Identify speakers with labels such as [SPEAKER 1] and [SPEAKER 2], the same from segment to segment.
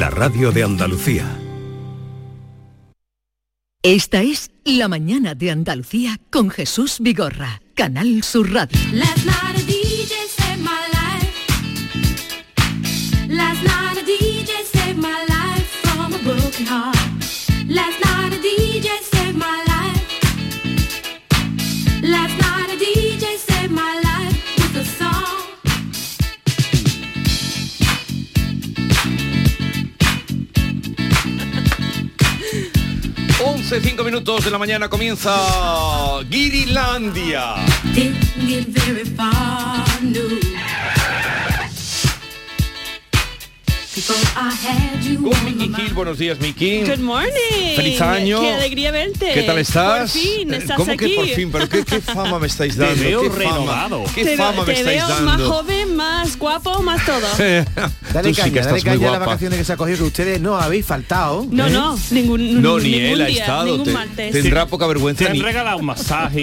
[SPEAKER 1] La radio de Andalucía.
[SPEAKER 2] Esta es La mañana de Andalucía con Jesús Vigorra, Canal Sur Radio.
[SPEAKER 3] Last night a DJ saved my life. Last night a DJ saved my life from a broken heart. Last night a DJ saved my life. Last night a DJ saved my life with a song.
[SPEAKER 4] Once, cinco minutos de la mañana comienza Girilandia.
[SPEAKER 3] Didn't get very far, no. Before I had you
[SPEAKER 4] Con Miki Gil, buenos días Miki.
[SPEAKER 5] Good morning.
[SPEAKER 4] Feliz año.
[SPEAKER 5] Qué alegría verte.
[SPEAKER 4] ¿Qué tal estás?
[SPEAKER 5] Por fin
[SPEAKER 4] Eh,
[SPEAKER 5] estás
[SPEAKER 4] ¿Cómo
[SPEAKER 5] aquí.
[SPEAKER 4] que por fin? Pero qué, qué fama me estáis dando.
[SPEAKER 6] veo
[SPEAKER 4] qué fama,
[SPEAKER 6] renovado.
[SPEAKER 4] Qué
[SPEAKER 5] te
[SPEAKER 4] fama
[SPEAKER 5] veo,
[SPEAKER 4] me
[SPEAKER 5] te
[SPEAKER 4] estáis
[SPEAKER 5] veo
[SPEAKER 4] dando.
[SPEAKER 5] más joven, más guapo, más todo.
[SPEAKER 7] Dale
[SPEAKER 4] Tú sí
[SPEAKER 7] caña,
[SPEAKER 4] que
[SPEAKER 7] dale
[SPEAKER 4] estás muy
[SPEAKER 7] caña a las
[SPEAKER 4] guapa.
[SPEAKER 7] vacaciones que se ha cogido, que ustedes no habéis faltado. ¿Eh?
[SPEAKER 5] No, no, ningún
[SPEAKER 4] ¿Eh? No,
[SPEAKER 5] ningún
[SPEAKER 4] ni él ha
[SPEAKER 5] día,
[SPEAKER 4] estado.
[SPEAKER 5] ningún
[SPEAKER 4] te-
[SPEAKER 5] martes.
[SPEAKER 4] tendrá poca
[SPEAKER 6] Te
[SPEAKER 4] vergüenza.
[SPEAKER 6] han
[SPEAKER 4] Ni,
[SPEAKER 6] regalado un masaje,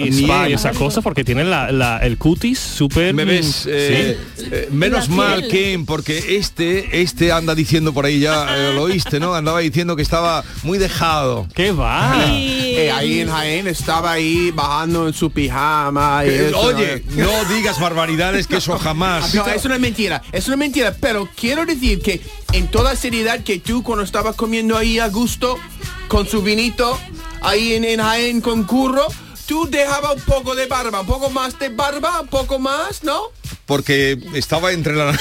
[SPEAKER 4] Ni
[SPEAKER 6] spa y
[SPEAKER 4] él.
[SPEAKER 6] esas cosas porque tienen la, la- el cutis súper...
[SPEAKER 4] me ves
[SPEAKER 6] mm,
[SPEAKER 4] eh, eh, menos
[SPEAKER 5] La
[SPEAKER 4] mal
[SPEAKER 5] piel.
[SPEAKER 4] que porque este este anda diciendo por ahí ya eh, lo oíste no andaba diciendo que estaba muy dejado
[SPEAKER 6] sí. ¿Qué
[SPEAKER 4] Ah.
[SPEAKER 6] va?
[SPEAKER 5] Y-
[SPEAKER 8] Eh, ahí en Jaén estaba ahí bajando en su pijama. y eso,
[SPEAKER 4] Eh,
[SPEAKER 8] eh. Ah,
[SPEAKER 4] oye no digas barbaridades que eso jamás
[SPEAKER 8] No, es una mentira, es una mentira, pero quiero decir que en toda seriedad que tú cuando estabas comiendo ahí a gusto, con su vinito, ahí en, en Jaén con curro, tú dejabas un poco de barba, un poco más de barba, un poco más, ¿no?
[SPEAKER 4] porque estaba entre la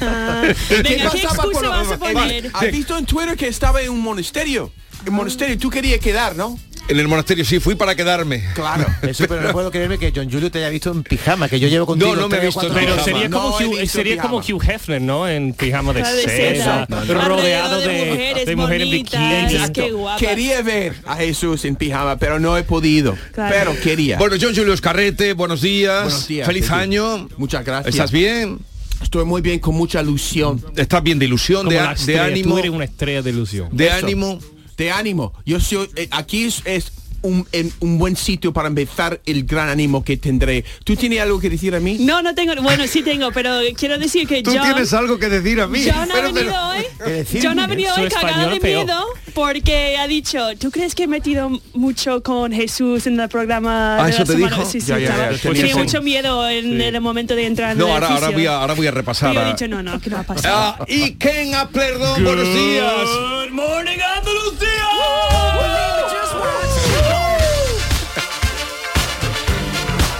[SPEAKER 5] Ah. Venga, ¿qué
[SPEAKER 8] pasaba con
[SPEAKER 5] excusa
[SPEAKER 8] la
[SPEAKER 5] vas a
[SPEAKER 8] barba?
[SPEAKER 5] poner?
[SPEAKER 8] ¿Has visto en Twitter que estaba en un monasterio? En monasterio, tú querías quedar, ¿no?
[SPEAKER 4] en el monasterio sí fui para quedarme
[SPEAKER 8] Claro.
[SPEAKER 7] Eso, pero no puedo creerme que John Julio te haya visto en pijama, que yo llevo contigo.
[SPEAKER 4] No, no me he
[SPEAKER 7] tres o
[SPEAKER 4] visto
[SPEAKER 7] cuatro
[SPEAKER 4] en
[SPEAKER 6] Pero
[SPEAKER 4] Pijama.
[SPEAKER 7] programas.
[SPEAKER 6] sería,
[SPEAKER 8] No
[SPEAKER 6] como,
[SPEAKER 8] he
[SPEAKER 6] Hugh,
[SPEAKER 8] visto
[SPEAKER 6] sería como
[SPEAKER 8] pijama.
[SPEAKER 6] Hugh Hefner, ¿no? En pijama de
[SPEAKER 5] Ah, de seda.
[SPEAKER 6] seda,
[SPEAKER 5] No, no.
[SPEAKER 6] rodeado de,
[SPEAKER 5] Alrededor de mujeres
[SPEAKER 6] de mujeres en
[SPEAKER 5] bonitas,
[SPEAKER 6] bikini.
[SPEAKER 5] qué guapa.
[SPEAKER 8] Quería ver a Jesús en pijama, pero no he podido.
[SPEAKER 5] Claro.
[SPEAKER 8] Pero quería.
[SPEAKER 4] Bueno, John Julio Escarrete, buenos días.
[SPEAKER 8] Buenos días,
[SPEAKER 4] Feliz
[SPEAKER 8] Jesús.
[SPEAKER 4] año.
[SPEAKER 8] Muchas gracias.
[SPEAKER 4] ¿Estás bien?
[SPEAKER 8] Estoy muy bien, con mucha ilusión.
[SPEAKER 4] ¿Estás bien de ilusión,
[SPEAKER 6] Como
[SPEAKER 4] de,
[SPEAKER 6] la
[SPEAKER 4] a- de
[SPEAKER 6] estrella,
[SPEAKER 4] ánimo?
[SPEAKER 6] Tú eres una estrella de ilusión.
[SPEAKER 4] De
[SPEAKER 8] Eso.
[SPEAKER 4] ánimo.
[SPEAKER 8] Te ánimo. Yo soy, eh, aquí es, es un, en- un buen sitio para empezar el gran ánimo que tendré. ¿Tú tienes algo que decir a mí?
[SPEAKER 5] No, no tengo. Bueno, sí tengo, pero quiero decir que John.
[SPEAKER 4] algo que decir a
[SPEAKER 5] John ha
[SPEAKER 4] Pero-
[SPEAKER 5] venido
[SPEAKER 4] pero-
[SPEAKER 5] hoy, John ha venido
[SPEAKER 6] Su
[SPEAKER 5] hoy cagado de
[SPEAKER 6] español peor.
[SPEAKER 5] miedo porque ha dicho, ¿tú crees que he metido mucho con Jesús en el programa
[SPEAKER 4] Ah,
[SPEAKER 5] de
[SPEAKER 4] ¿eso
[SPEAKER 5] la
[SPEAKER 4] te
[SPEAKER 5] semana?
[SPEAKER 4] dijo?
[SPEAKER 5] Sí, sí,
[SPEAKER 8] Ya, ya, ya,
[SPEAKER 5] estaba-
[SPEAKER 6] tenía
[SPEAKER 5] tenía
[SPEAKER 6] razón.
[SPEAKER 5] mucho miedo en el momento de entrar en
[SPEAKER 4] No,
[SPEAKER 5] el
[SPEAKER 4] ahora, ahora
[SPEAKER 5] edificio.
[SPEAKER 4] voy a, ahora voy a repasar.
[SPEAKER 5] Y yo he
[SPEAKER 4] a-
[SPEAKER 5] dicho, no, no, que no ha pasado.
[SPEAKER 4] Ah, y Ken Aplerdo, buenos días.
[SPEAKER 6] Good morning, Andalucía.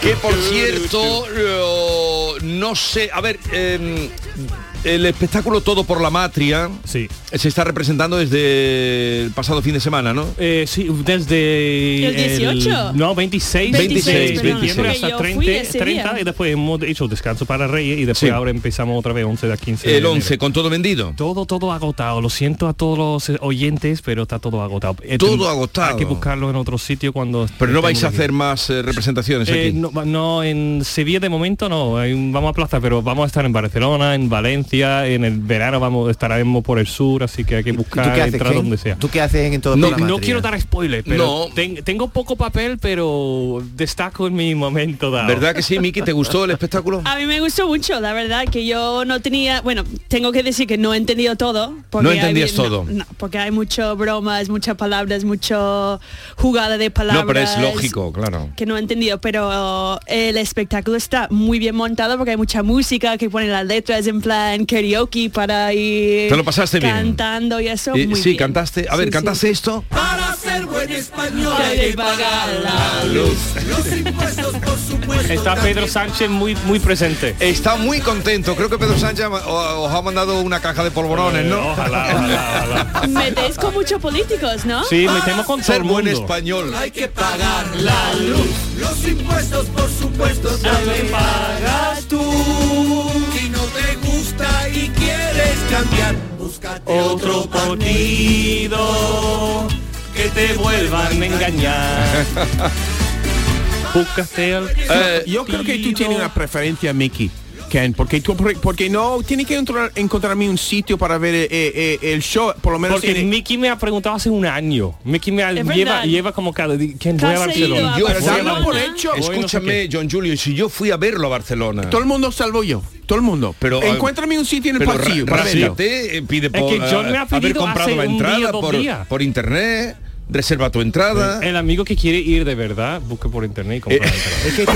[SPEAKER 4] Que por cierto, eh, no sé, a ver, eh, el espectáculo Todo por la Matria
[SPEAKER 6] Sí.
[SPEAKER 4] se está representando desde el pasado fin de semana, ¿no?
[SPEAKER 6] Eh, sí, desde
[SPEAKER 5] ¿El 18?
[SPEAKER 6] no, 26,
[SPEAKER 5] 26,
[SPEAKER 6] de diciembre
[SPEAKER 5] perdona,
[SPEAKER 6] hasta
[SPEAKER 5] que yo fui
[SPEAKER 6] 30,
[SPEAKER 5] ese
[SPEAKER 6] 30
[SPEAKER 5] día.
[SPEAKER 6] y después hemos hecho descanso para Reyes y
[SPEAKER 4] Sí.
[SPEAKER 6] después ahora empezamos otra vez 11 de 15 de
[SPEAKER 4] El
[SPEAKER 6] enero.
[SPEAKER 4] 11, con todo vendido.
[SPEAKER 6] Todo, todo agotado. Lo siento a todos los eh, oyentes, pero está todo agotado. Eh,
[SPEAKER 4] Todo
[SPEAKER 6] ten-
[SPEAKER 4] agotado.
[SPEAKER 6] Hay que buscarlo en otro sitio cuando...
[SPEAKER 4] Pero no vais a
[SPEAKER 6] estemos
[SPEAKER 4] hacer
[SPEAKER 6] aquí.
[SPEAKER 4] más eh, representaciones
[SPEAKER 6] Eh,
[SPEAKER 4] aquí.
[SPEAKER 6] no, va- no, en Sevilla de momento no, hay un- vamos a plaza, pero vamos a estar en Barcelona, en Valencia, en el verano vamos estaremos por el sur, así que hay que
[SPEAKER 7] ¿Tú
[SPEAKER 6] buscar
[SPEAKER 7] qué haces,
[SPEAKER 6] entrar
[SPEAKER 7] Ken?
[SPEAKER 6] donde sea.
[SPEAKER 7] ¿Tú qué haces en todo
[SPEAKER 6] No,
[SPEAKER 7] por la
[SPEAKER 6] no
[SPEAKER 7] Matria?
[SPEAKER 6] quiero dar spoiler, pero
[SPEAKER 4] No.
[SPEAKER 6] ten- tengo poco papel, pero destaco en mi momento dado.
[SPEAKER 4] ¿Verdad que sí, Miki? ¿Te gustó el espectáculo?
[SPEAKER 5] A mí me gustó mucho, la verdad, que yo no tenía, bueno, tengo que decir que no he entendido todo.
[SPEAKER 4] No
[SPEAKER 5] hay-
[SPEAKER 4] entendías todo.
[SPEAKER 5] No, no, porque hay mucho bromas, muchas palabras, mucho jugada de palabras.
[SPEAKER 4] No, pero es lógico, claro.
[SPEAKER 5] que no he entendido, pero el espectáculo está muy bien montado porque hay mucha música que ponen las letras en plan karaoke para ir
[SPEAKER 4] Te lo pasaste bien.
[SPEAKER 5] cantando y eso.
[SPEAKER 4] Eh,
[SPEAKER 5] muy
[SPEAKER 4] sí,
[SPEAKER 5] bien.
[SPEAKER 4] cantaste. A ver,
[SPEAKER 5] Sí,
[SPEAKER 4] ¿cantaste esto?
[SPEAKER 5] sí. Hay que pagar la luz.
[SPEAKER 6] Está Pedro Sánchez muy, muy presente.
[SPEAKER 4] Está muy contento. Creo que Pedro Sánchez ma- o- os ha mandado una caja de polvorones,
[SPEAKER 6] Eh,
[SPEAKER 4] ¿no?
[SPEAKER 6] Ojalá, ojalá, ojalá.
[SPEAKER 5] Metéis con muchos políticos, ¿no?
[SPEAKER 6] Sí, metemos con todo
[SPEAKER 4] Ah. Ser
[SPEAKER 6] el
[SPEAKER 4] buen
[SPEAKER 6] mundo.
[SPEAKER 4] español.
[SPEAKER 6] otro partido que te vuelvan a engañar. Búscate al
[SPEAKER 4] Eh,
[SPEAKER 8] Eh, Yo creo que tú tienes una preferencia, Mickey. Ken, porque tú, porque no tiene que encontrar- encontrarme un sitio para ver eh, eh, el show, por lo menos.
[SPEAKER 6] Porque
[SPEAKER 8] en-
[SPEAKER 6] Mickey me ha preguntado hace un año. Mickey me ha-
[SPEAKER 5] Es
[SPEAKER 6] lleva,
[SPEAKER 5] verdad.
[SPEAKER 6] lleva como cada día. ¿Quién voy a
[SPEAKER 5] Casi
[SPEAKER 6] Barcelona?
[SPEAKER 5] iba.
[SPEAKER 4] Y yo
[SPEAKER 6] Voy a
[SPEAKER 4] fui a
[SPEAKER 8] dando por
[SPEAKER 6] Barcelona.
[SPEAKER 8] hecho.
[SPEAKER 6] Voy no sé
[SPEAKER 4] Escúchame,
[SPEAKER 6] qué.
[SPEAKER 4] John Julio, si yo fui a verlo a Barcelona.
[SPEAKER 8] todo el mundo salvo yo, todo el mundo.
[SPEAKER 4] Pero, eh,
[SPEAKER 8] encuéntrame un sitio en el
[SPEAKER 4] Pero Ra-
[SPEAKER 8] pasillo. para
[SPEAKER 4] Rafi
[SPEAKER 8] verlo.
[SPEAKER 4] te, eh, pide
[SPEAKER 6] que
[SPEAKER 4] por
[SPEAKER 6] John me ha
[SPEAKER 4] ah, haber
[SPEAKER 6] pedido
[SPEAKER 4] comprado
[SPEAKER 6] hace
[SPEAKER 4] la
[SPEAKER 6] un día,
[SPEAKER 4] entrada
[SPEAKER 6] dos
[SPEAKER 4] por,
[SPEAKER 6] días.
[SPEAKER 4] por internet, reserva tu entrada.
[SPEAKER 6] El amigo que quiere ir de verdad, busque por internet y compra
[SPEAKER 8] Eh,
[SPEAKER 6] la entrada.
[SPEAKER 7] Es que tú...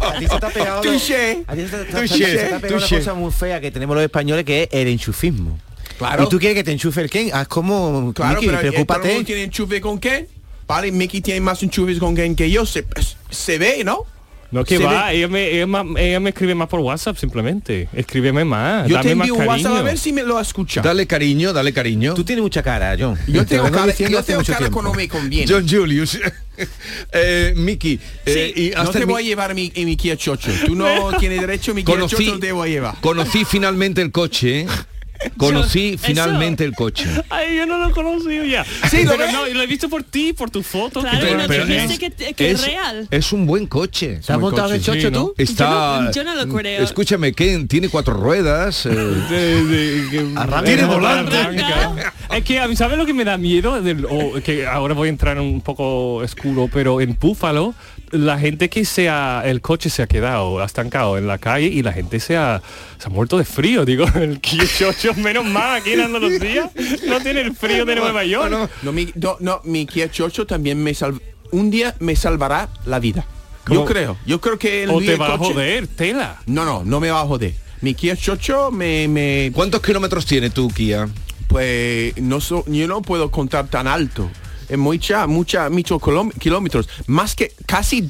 [SPEAKER 7] a ti se te ha pegado...
[SPEAKER 8] Touché.
[SPEAKER 7] A ti se te,
[SPEAKER 4] Touché,
[SPEAKER 7] se te ha pegado una
[SPEAKER 4] touché.
[SPEAKER 7] cosa muy fea que tenemos los españoles que es el enchufismo.
[SPEAKER 8] Claro.
[SPEAKER 7] Y tú quieres que te enchufe el Ken. Haz como...
[SPEAKER 8] Claro,
[SPEAKER 7] Miki,
[SPEAKER 8] pero eh, todo el
[SPEAKER 7] preocúpate.
[SPEAKER 8] mundo tiene enchufe con Ken. Vale, Mickey tiene más enchufes con Ken que yo. Se, pues, se ve, ¿no?
[SPEAKER 6] No, que
[SPEAKER 8] Se
[SPEAKER 6] va, eh. ella me, ella, ma- ella me escribe más por WhatsApp simplemente. Escríbeme más.
[SPEAKER 8] Yo
[SPEAKER 6] dame
[SPEAKER 8] te envío
[SPEAKER 6] más
[SPEAKER 8] un
[SPEAKER 6] cariño.
[SPEAKER 8] WhatsApp a ver si me lo escucha.
[SPEAKER 4] Dale cariño, dale cariño.
[SPEAKER 7] Tú tienes mucha cara, John.
[SPEAKER 8] Yo
[SPEAKER 7] Y te
[SPEAKER 8] tengo
[SPEAKER 7] lo vengo
[SPEAKER 8] cara,
[SPEAKER 7] diciendo
[SPEAKER 8] yo
[SPEAKER 7] hace
[SPEAKER 8] tengo
[SPEAKER 7] mucho
[SPEAKER 8] cara
[SPEAKER 7] tiempo.
[SPEAKER 8] cuando me conviene.
[SPEAKER 4] John Julius. eh, Miki, eh,
[SPEAKER 8] Sí,
[SPEAKER 4] y
[SPEAKER 8] no
[SPEAKER 4] hasta
[SPEAKER 8] te
[SPEAKER 4] mi-
[SPEAKER 8] voy a llevar mi, mi Kia Chocho. Tú no tienes derecho, mi Kia
[SPEAKER 4] conocí,
[SPEAKER 8] Chocho te voy a llevar.
[SPEAKER 4] conocí finalmente el coche. Conocí
[SPEAKER 6] eso.
[SPEAKER 4] finalmente el coche.
[SPEAKER 6] Ay, yo no lo he conocido ya.
[SPEAKER 8] Sí, lo
[SPEAKER 6] pero
[SPEAKER 8] ves.
[SPEAKER 6] no, y lo he visto por ti, por tu foto.
[SPEAKER 8] Ah,
[SPEAKER 5] Claro,
[SPEAKER 6] que
[SPEAKER 5] y
[SPEAKER 6] te lo
[SPEAKER 5] no te
[SPEAKER 6] enseñé.
[SPEAKER 5] dice que, que es real.
[SPEAKER 4] es un buen coche.
[SPEAKER 7] ¿Te has
[SPEAKER 8] Muy
[SPEAKER 7] montado en el
[SPEAKER 8] coche,
[SPEAKER 7] chocho
[SPEAKER 6] sí, ¿no?
[SPEAKER 7] tú?
[SPEAKER 4] Está.
[SPEAKER 5] Yo no- yo no lo creo.
[SPEAKER 4] Escúchame, Ken tiene cuatro ruedas. eh,
[SPEAKER 6] De- de- que-
[SPEAKER 7] Arranca.
[SPEAKER 6] Tiene
[SPEAKER 7] Arranca.
[SPEAKER 6] volante.
[SPEAKER 5] Arranca.
[SPEAKER 6] Es que a mí sabes lo que me da miedo Del- o que ahora voy a entrar en un poco oscuro, pero en Búfalo la gente que se ha el coche se ha quedado ha estancado en la calle y la gente se ha, se ha muerto de frío, digo, el 18 menos más aquí en Andalucía no tiene el frío de Nueva York.
[SPEAKER 8] No, mi, no, no, mi Kia Chocho también me salva. Un día me salvará la vida. Yo
[SPEAKER 6] ¿Cómo?
[SPEAKER 8] creo. Yo creo que el
[SPEAKER 6] o
[SPEAKER 8] día
[SPEAKER 6] te
[SPEAKER 8] el
[SPEAKER 6] va a
[SPEAKER 8] coche-
[SPEAKER 6] joder, tela.
[SPEAKER 8] No, no, no me va a joder. Mi Kia Chocho me, me
[SPEAKER 4] ¿Cuántos kilómetros tiene tu Kia?
[SPEAKER 8] pues no so- yo no puedo contar tan alto. Es mucha, mucha, muchos colom- kilómetros. Más que casi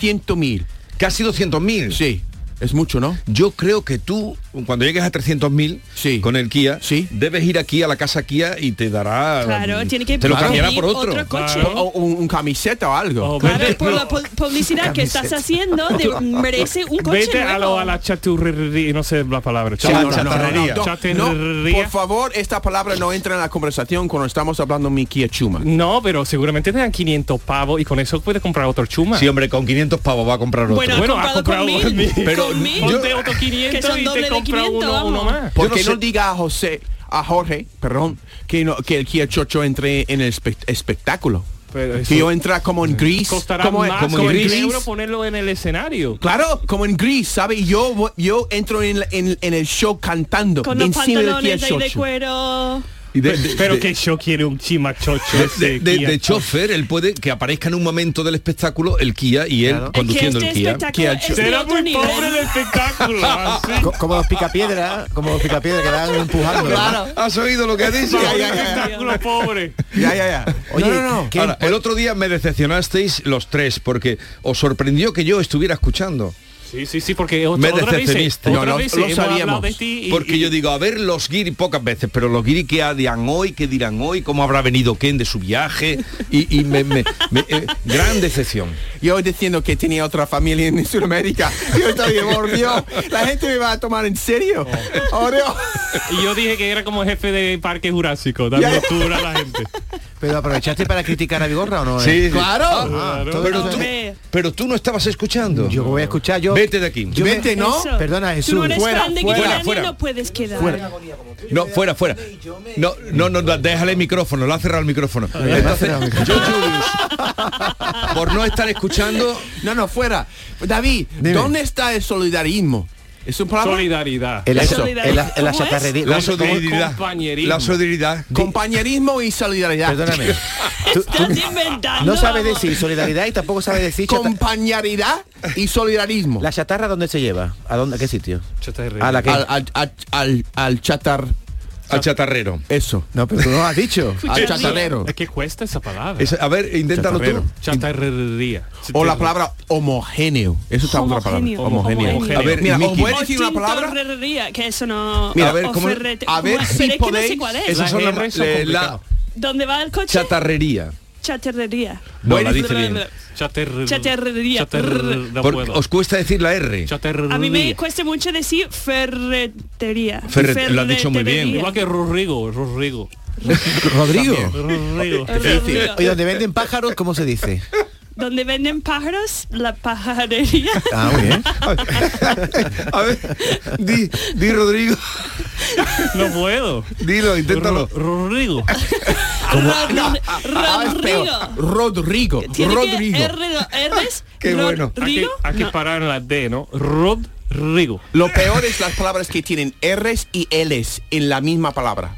[SPEAKER 8] 200 mil.
[SPEAKER 4] Casi 200.000.
[SPEAKER 8] Sí. Es mucho, ¿no?
[SPEAKER 4] Yo creo que tú, cuando llegues a 300.000
[SPEAKER 8] Sí.
[SPEAKER 4] con el Kia,
[SPEAKER 8] Sí.
[SPEAKER 4] debes ir aquí a la casa Kia y te dará...
[SPEAKER 5] Claro,
[SPEAKER 4] mm,
[SPEAKER 5] tiene que
[SPEAKER 4] Te lo cambiará por
[SPEAKER 5] pedir
[SPEAKER 4] otro.
[SPEAKER 5] otro coche. Oh,
[SPEAKER 6] Claro.
[SPEAKER 8] O, o un, un camiseta o algo.
[SPEAKER 6] O
[SPEAKER 5] Claro,
[SPEAKER 6] vete-
[SPEAKER 5] por la pu- publicidad que estás haciendo de- merece un coche
[SPEAKER 6] Vete a,
[SPEAKER 5] nuevo.
[SPEAKER 6] lo- a la chaturrería, no sé la palabra.
[SPEAKER 4] Sí,
[SPEAKER 8] No,
[SPEAKER 4] la
[SPEAKER 8] no, no, no,
[SPEAKER 4] chatarrería.
[SPEAKER 8] no, no, no,
[SPEAKER 6] Chatarrería.
[SPEAKER 8] por favor, esta palabra no entra en la conversación cuando estamos hablando de mi Kia Chuma.
[SPEAKER 6] No, pero seguramente te dan 500 pavos y con eso puedes comprar otro chuma.
[SPEAKER 4] Sí, hombre, con 500 pavos va a comprar otro.
[SPEAKER 5] Bueno,
[SPEAKER 6] Bueno,
[SPEAKER 5] ha
[SPEAKER 6] ha
[SPEAKER 5] comprado
[SPEAKER 6] comprado
[SPEAKER 5] con mil,
[SPEAKER 6] mil,
[SPEAKER 4] pero
[SPEAKER 5] con mil,
[SPEAKER 6] Ponte otro
[SPEAKER 5] que son
[SPEAKER 6] 500 y
[SPEAKER 5] doble de
[SPEAKER 6] te compra
[SPEAKER 5] 500,
[SPEAKER 6] uno, uno
[SPEAKER 5] vamos.
[SPEAKER 6] más.
[SPEAKER 8] ¿Por
[SPEAKER 4] no
[SPEAKER 8] qué no,
[SPEAKER 4] sé-
[SPEAKER 8] diga a José, a Jorge, perdón, que, no, que el Kia Chocho entre en el espe- espectáculo?
[SPEAKER 6] Pero eso-
[SPEAKER 8] que yo entra como en gris.
[SPEAKER 6] Costará
[SPEAKER 8] como,
[SPEAKER 6] más
[SPEAKER 8] como
[SPEAKER 6] como
[SPEAKER 8] en gris.
[SPEAKER 6] euros ponerlo en el escenario.
[SPEAKER 8] Claro, como en gris, ¿sabe? Y Yo, vo- yo entro en, la- en- en el show cantando
[SPEAKER 5] con los
[SPEAKER 8] encima del Kia
[SPEAKER 5] pantalones ahí de
[SPEAKER 8] Chocho.
[SPEAKER 5] cuero.
[SPEAKER 4] Y de- de-
[SPEAKER 6] pero
[SPEAKER 4] de-
[SPEAKER 6] que yo quiero un chimachocho
[SPEAKER 4] de, de- de chofer, él puede que aparezca en un momento del espectáculo el Kia y él
[SPEAKER 7] Claro.
[SPEAKER 5] Es que
[SPEAKER 4] conduciendo
[SPEAKER 5] este
[SPEAKER 4] el Kia.
[SPEAKER 5] espectáculo
[SPEAKER 8] Kia
[SPEAKER 5] es de
[SPEAKER 6] Será
[SPEAKER 5] otro
[SPEAKER 6] muy
[SPEAKER 5] nivel.
[SPEAKER 6] pobre el espectáculo. así.
[SPEAKER 7] Co- Como los picapiedra, como los picapiedra que van empujando. ¿verdad?
[SPEAKER 4] ¿Has oído lo que dice?
[SPEAKER 8] Ya, ya,
[SPEAKER 6] Un
[SPEAKER 8] ya, ya.
[SPEAKER 6] espectáculo pobre.
[SPEAKER 8] Ya, ya, ya.
[SPEAKER 7] Oye,
[SPEAKER 8] no, no, no.
[SPEAKER 7] ¿qué-
[SPEAKER 4] Ahora, el otro día me decepcionasteis los tres porque os sorprendió que yo estuviera escuchando.
[SPEAKER 6] Sí, sí, sí, porque otra,
[SPEAKER 4] Me
[SPEAKER 6] otra vez,
[SPEAKER 4] decepcionaste.
[SPEAKER 6] otra
[SPEAKER 8] No, lo-
[SPEAKER 6] vez
[SPEAKER 8] lo
[SPEAKER 6] hemos
[SPEAKER 8] sabíamos.
[SPEAKER 6] hablado de ti y-
[SPEAKER 4] Porque
[SPEAKER 6] y-
[SPEAKER 4] yo digo, a ver, los guiri pocas veces, pero los guiri que harían hoy, que dirán hoy, cómo habrá venido Ken de su viaje, y, y me, me- me- eh, gran decepción.
[SPEAKER 8] Yo diciendo que tenía otra familia en Sudamérica. Yo todavía, por Dios, la gente me va a tomar en serio. Oh, Dios.
[SPEAKER 6] y yo dije que era como jefe de Parque Jurásico, dando
[SPEAKER 8] Ya, ya.
[SPEAKER 6] tour a la gente.
[SPEAKER 7] Pero aprovechaste para criticar a Vigorra o no? eh?
[SPEAKER 4] claro.
[SPEAKER 7] Ah,
[SPEAKER 6] Claro.
[SPEAKER 7] todo
[SPEAKER 4] Pero
[SPEAKER 7] eso-
[SPEAKER 4] tú,
[SPEAKER 5] Hombre.
[SPEAKER 4] pero tú no estabas escuchando.
[SPEAKER 7] Yo voy a escuchar yo.
[SPEAKER 4] Vete de aquí.
[SPEAKER 7] Yo me-
[SPEAKER 8] Vente, ¿no?
[SPEAKER 5] Eso.
[SPEAKER 7] Perdona, Jesús.
[SPEAKER 5] Tú no eres
[SPEAKER 8] Fuera,
[SPEAKER 5] fan de
[SPEAKER 8] fuera,
[SPEAKER 5] Guillermo,
[SPEAKER 4] fuera.
[SPEAKER 5] no puedes quedar.
[SPEAKER 7] Fuera.
[SPEAKER 4] No, fuera, fuera. No, no, no, no, déjale el micrófono, lo ha cerrado el micrófono.
[SPEAKER 7] ha
[SPEAKER 4] Entonces,
[SPEAKER 7] cerrado el micrófono.
[SPEAKER 4] yo, Julius, por no estar escuchando,
[SPEAKER 8] No, no, fuera. David,
[SPEAKER 7] Dime.
[SPEAKER 8] ¿dónde está el solidarismo? ¿Es un palabra?
[SPEAKER 6] Solidaridad.
[SPEAKER 7] En la,
[SPEAKER 8] Eso.
[SPEAKER 7] en la- en la
[SPEAKER 5] ¿Cómo es?
[SPEAKER 7] chatarrería.
[SPEAKER 4] la
[SPEAKER 6] Con- con
[SPEAKER 4] solidaridad.
[SPEAKER 6] compañerismo.
[SPEAKER 4] La solidaridad.
[SPEAKER 8] Compañerismo y solidaridad.
[SPEAKER 7] Perdóname. Tú- tú
[SPEAKER 5] Estás inventando.
[SPEAKER 7] no sabes
[SPEAKER 5] vamos.
[SPEAKER 7] decir solidaridad y tampoco sabes decir chata-
[SPEAKER 8] Compañeridad y solidarismo.
[SPEAKER 7] la chatarra dónde se lleva, a dónde, a qué sitio.
[SPEAKER 6] Chatarrería.
[SPEAKER 7] A la que.
[SPEAKER 8] Al, al, al, al- al chatar...
[SPEAKER 4] Al chatarrero.
[SPEAKER 8] Eso.
[SPEAKER 7] No, pero tú no lo has dicho.
[SPEAKER 8] Al chatarrero.
[SPEAKER 6] Es que cuesta esa palabra.
[SPEAKER 4] Es- a ver, inténtalo tú.
[SPEAKER 8] Chatarrero.
[SPEAKER 6] Chatarrería.
[SPEAKER 8] O la palabra homogéneo. Eso está otra palabra.
[SPEAKER 5] Homogéneo.
[SPEAKER 8] Homogéneo.
[SPEAKER 6] Homogéneo.
[SPEAKER 4] A ver,
[SPEAKER 8] Mira, os
[SPEAKER 4] Miki,
[SPEAKER 8] voy a decir una
[SPEAKER 5] Tinto
[SPEAKER 8] palabra.
[SPEAKER 5] herrería, que eso no.
[SPEAKER 4] Mira,
[SPEAKER 5] o-
[SPEAKER 4] a ver, ¿cómo-
[SPEAKER 5] ferrete-
[SPEAKER 8] a ver
[SPEAKER 5] ¿cómo es?
[SPEAKER 8] si
[SPEAKER 5] Pero es que no sé
[SPEAKER 8] podéis-
[SPEAKER 5] cuál es.
[SPEAKER 4] esas son
[SPEAKER 6] Las
[SPEAKER 4] las-
[SPEAKER 6] R's son
[SPEAKER 4] eh, la
[SPEAKER 6] complicadas.
[SPEAKER 5] ¿Dónde va el coche?
[SPEAKER 4] chatarrería.
[SPEAKER 5] Chatarrería.
[SPEAKER 4] No,
[SPEAKER 8] Voy
[SPEAKER 4] la
[SPEAKER 8] a
[SPEAKER 4] dice bien.
[SPEAKER 6] Chatarrería.
[SPEAKER 5] Chatarrería.
[SPEAKER 6] Chatarrería. No
[SPEAKER 4] Porque
[SPEAKER 6] puedo.
[SPEAKER 4] os cuesta decir la R.
[SPEAKER 6] Chatarrería.
[SPEAKER 5] A mí me cuesta mucho decir ferretería.
[SPEAKER 4] Ferre- lo has dicho muy bien.
[SPEAKER 5] Ferretería.
[SPEAKER 6] Igual que Rodrigo, Rodrigo.
[SPEAKER 7] Rodrigo.
[SPEAKER 6] Rodrigo.
[SPEAKER 5] Ferretería.
[SPEAKER 7] Y donde venden pájaros, ¿cómo se dice?
[SPEAKER 5] donde venden pájaros, la pajarería.
[SPEAKER 7] Ah, muy bien.
[SPEAKER 4] A ver, di, di Rodrigo,
[SPEAKER 6] No puedo.
[SPEAKER 4] dilo, inténtalo.
[SPEAKER 6] Rodrigo.
[SPEAKER 5] Rodri-
[SPEAKER 4] ah,
[SPEAKER 5] Rodrigo.
[SPEAKER 8] Rodrigo.
[SPEAKER 5] Tiene
[SPEAKER 8] Rodrigo.
[SPEAKER 5] que R, R's,
[SPEAKER 4] Qué bueno.
[SPEAKER 6] Hay que,
[SPEAKER 5] Rodrigo.
[SPEAKER 6] hay que
[SPEAKER 5] No.
[SPEAKER 6] parar en la D, ¿no? Rodrigo.
[SPEAKER 8] Lo peor es las palabras que tienen R's y L's en la misma palabra.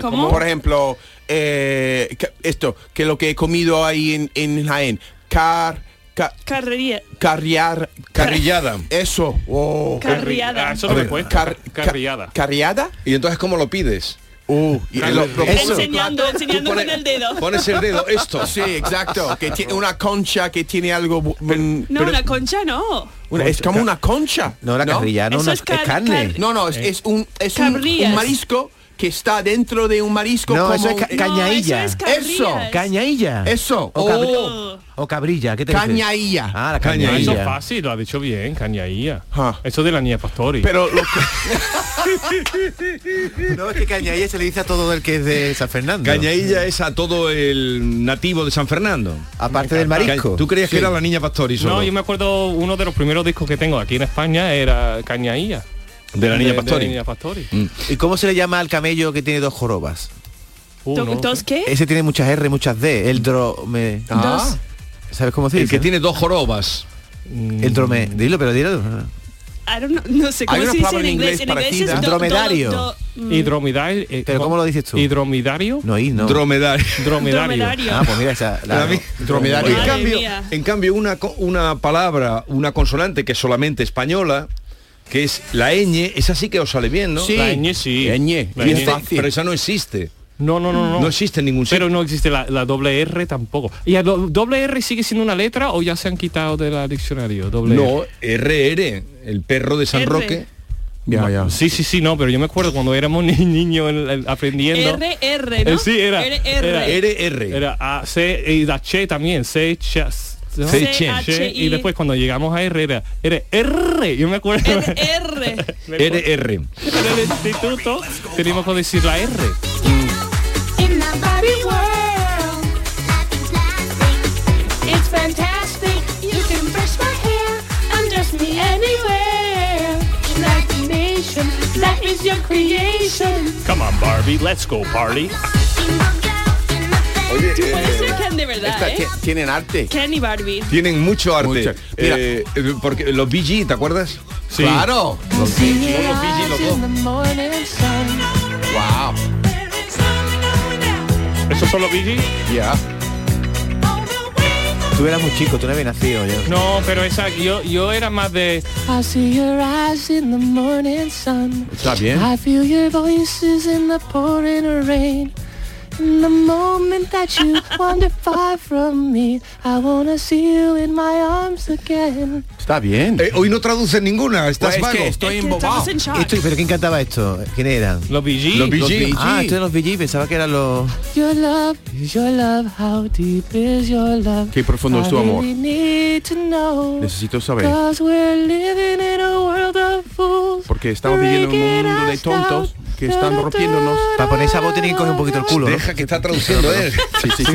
[SPEAKER 5] ¿Cómo?
[SPEAKER 8] Por ejemplo, eh, que- esto, que lo que he comido ahí en, en Jaén. Car, ca-
[SPEAKER 5] Carrería.
[SPEAKER 8] carriar,
[SPEAKER 4] Carrillada.
[SPEAKER 8] Eso. Oh.
[SPEAKER 5] Carriada.
[SPEAKER 6] Ah, Eso no me
[SPEAKER 4] ver,
[SPEAKER 6] cuesta.
[SPEAKER 8] Car- ca-
[SPEAKER 6] Carriada.
[SPEAKER 8] Carriada.
[SPEAKER 4] ¿Y entonces cómo lo pides?
[SPEAKER 8] Oh, y
[SPEAKER 6] Car-
[SPEAKER 8] lo- lo-
[SPEAKER 7] Eso.
[SPEAKER 5] Enseñando,
[SPEAKER 4] Tú
[SPEAKER 5] enseñando
[SPEAKER 4] pones-
[SPEAKER 5] con el dedo.
[SPEAKER 4] Pones el dedo, esto.
[SPEAKER 8] Sí, exacto. Que tiene una concha que tiene algo. bu- un-
[SPEAKER 5] No,
[SPEAKER 8] pero-
[SPEAKER 5] una concha no.
[SPEAKER 8] una- es como una concha.
[SPEAKER 7] No, la carrilla, no,
[SPEAKER 5] Eso
[SPEAKER 7] una-
[SPEAKER 5] es
[SPEAKER 7] es,
[SPEAKER 5] car-
[SPEAKER 7] carne. Eh.
[SPEAKER 5] car-
[SPEAKER 8] No, no, es, es un es un,
[SPEAKER 5] Cabrías.
[SPEAKER 8] un marisco que está dentro de un marisco.
[SPEAKER 7] No,
[SPEAKER 8] como
[SPEAKER 7] eso es
[SPEAKER 8] un-
[SPEAKER 7] ca- ca- Cañailla.
[SPEAKER 5] No, eso es
[SPEAKER 8] Eso,
[SPEAKER 5] carrillas.
[SPEAKER 7] Cañailla.
[SPEAKER 8] Eso.
[SPEAKER 7] O,
[SPEAKER 8] Oh.
[SPEAKER 7] cabri- o cabrilla, ¿qué te refieres?
[SPEAKER 8] Cañailla.
[SPEAKER 7] Ah, la
[SPEAKER 4] Cañailla.
[SPEAKER 7] cañailla.
[SPEAKER 6] Eso es fácil, lo ha dicho bien, cañaía.
[SPEAKER 8] Ah.
[SPEAKER 6] Eso de la niña Pastori.
[SPEAKER 8] Pero lo que-
[SPEAKER 7] No, es que cañailla se le dice a todo el que es de San Fernando.
[SPEAKER 4] Cañailla es a todo el nativo de San Fernando.
[SPEAKER 7] Aparte del marisco.
[SPEAKER 4] ¿Tú creías que era la niña Pastori solo?
[SPEAKER 6] no, yo me acuerdo uno de los primeros discos que tengo aquí en España era Cañaía.
[SPEAKER 4] De la niña Pastori.
[SPEAKER 6] De la niña Pastori.
[SPEAKER 7] Mm. ¿Y cómo se le llama al camello que tiene dos jorobas?
[SPEAKER 6] Uh,
[SPEAKER 5] Do-
[SPEAKER 6] no.
[SPEAKER 5] ¿Dos qué?
[SPEAKER 7] Ese tiene muchas R, muchas D. El drome...
[SPEAKER 8] Ah.
[SPEAKER 7] ¿Sabes cómo se
[SPEAKER 4] El
[SPEAKER 7] dice? Mm.
[SPEAKER 4] que tiene dos jorobas.
[SPEAKER 7] El drome... Dilo, pero dilo.
[SPEAKER 5] I don't know, no sé
[SPEAKER 8] Hay
[SPEAKER 5] cómo
[SPEAKER 8] una
[SPEAKER 5] se dice en
[SPEAKER 8] palabra en
[SPEAKER 5] inglés. En inglés
[SPEAKER 8] inglés
[SPEAKER 5] es
[SPEAKER 8] parecida.
[SPEAKER 5] do- do-
[SPEAKER 7] Dromedario.
[SPEAKER 5] do- mm,
[SPEAKER 6] Hidromidario. eh,
[SPEAKER 7] ¿Pero cómo lo dices tú?
[SPEAKER 6] Hidromidario.
[SPEAKER 7] No, y no.
[SPEAKER 4] Dromedario.
[SPEAKER 6] Dromedario.
[SPEAKER 5] dromedario.
[SPEAKER 7] Ah, pues mira esa... la-
[SPEAKER 4] La mi-
[SPEAKER 8] dromedario.
[SPEAKER 4] En
[SPEAKER 5] Madre
[SPEAKER 4] cambio,
[SPEAKER 5] mía.
[SPEAKER 4] en cambio una, co- una palabra, una consonante que es solamente española, que es la ñ, esa sí que os sale bien, ¿no?
[SPEAKER 8] Sí.
[SPEAKER 6] La ñ sí.
[SPEAKER 8] La ñ.
[SPEAKER 6] La
[SPEAKER 4] Y
[SPEAKER 8] Bien
[SPEAKER 6] ñ.
[SPEAKER 4] esta-
[SPEAKER 8] fácil.
[SPEAKER 4] pero esa no existe.
[SPEAKER 6] No, no, no, no.
[SPEAKER 4] No existe en ningún sitio.
[SPEAKER 6] Pero no existe la, la doble R tampoco. ¿Y la do- doble R sigue siendo una letra o ya se han quitado del diccionario? Doble
[SPEAKER 4] No, RR, el perro de San
[SPEAKER 5] R.
[SPEAKER 4] Roque.
[SPEAKER 8] Ya, ya.
[SPEAKER 6] R. Ah, Sí, sí, sí, no, pero yo me acuerdo cuando éramos ni- niños el- el- aprendiendo.
[SPEAKER 5] RR, ¿no?
[SPEAKER 6] Eh, sí, era-
[SPEAKER 5] RR.
[SPEAKER 4] RR.
[SPEAKER 6] Era A, C y la Che también, C, chas, ¿no?
[SPEAKER 4] Sí,
[SPEAKER 5] C, H,
[SPEAKER 6] Che,
[SPEAKER 5] I.
[SPEAKER 6] y después cuando llegamos a R era, era R, yo me acuerdo.
[SPEAKER 5] RR.
[SPEAKER 6] Me acuerdo
[SPEAKER 4] RR.
[SPEAKER 6] En el instituto teníamos que decir la R.
[SPEAKER 3] In the Barbie world, life is plastic. It's fantastic. You can brush my hair and dress me anywhere. Imagination, that is your creation.
[SPEAKER 6] Come on Barbie, let's go party.
[SPEAKER 4] Oye, eh,
[SPEAKER 5] Puede ser Ken de verdad,
[SPEAKER 8] Esta
[SPEAKER 5] ¿eh?
[SPEAKER 8] ti- tienen arte.
[SPEAKER 5] Ken y Barbie.
[SPEAKER 4] tienen mucho arte.
[SPEAKER 8] Mucho. Mira.
[SPEAKER 4] Eh, eh, porque los BG, ¿te acuerdas?
[SPEAKER 6] Sí.
[SPEAKER 8] Claro. Wow.
[SPEAKER 6] ¿Esos son los BG?
[SPEAKER 8] Ya.
[SPEAKER 7] Tú eras muy chico, tú no habías nacido. Yo.
[SPEAKER 6] No, pero esa, yo, yo era más de...
[SPEAKER 1] I see your eyes in the morning sun.
[SPEAKER 8] Está bien.
[SPEAKER 1] I feel your voices in the pouring rain. In the moment that you wander far from me, I wanna see you in my arms again.
[SPEAKER 8] Está bien.
[SPEAKER 4] Eh, hoy no traducen ninguna, estás
[SPEAKER 8] Pues es
[SPEAKER 4] vago.
[SPEAKER 8] que estoy
[SPEAKER 5] Es que estamos
[SPEAKER 8] embobado.
[SPEAKER 5] en shock.
[SPEAKER 7] Esto- ¿Pero quién cantaba esto? ¿Quién eran?
[SPEAKER 6] Los BG.
[SPEAKER 4] Los
[SPEAKER 8] Los
[SPEAKER 4] BG.
[SPEAKER 8] BG.
[SPEAKER 7] Ah, esto eran los VG, pensaba que eran los...
[SPEAKER 1] Your love is your love, how deep is your love?
[SPEAKER 8] Qué profundo es tu
[SPEAKER 1] I
[SPEAKER 8] amor.
[SPEAKER 1] really need to know.
[SPEAKER 8] Necesito saber.
[SPEAKER 1] Cause we're living in a world of fools.
[SPEAKER 8] Porque estamos viviendo en un mundo de tontos que están rompiéndonos.
[SPEAKER 7] Para poner esa voz tiene que coger un poquito el culo, ¿no?
[SPEAKER 4] Deja que está traduciendo él.
[SPEAKER 8] Sí, sí, sí.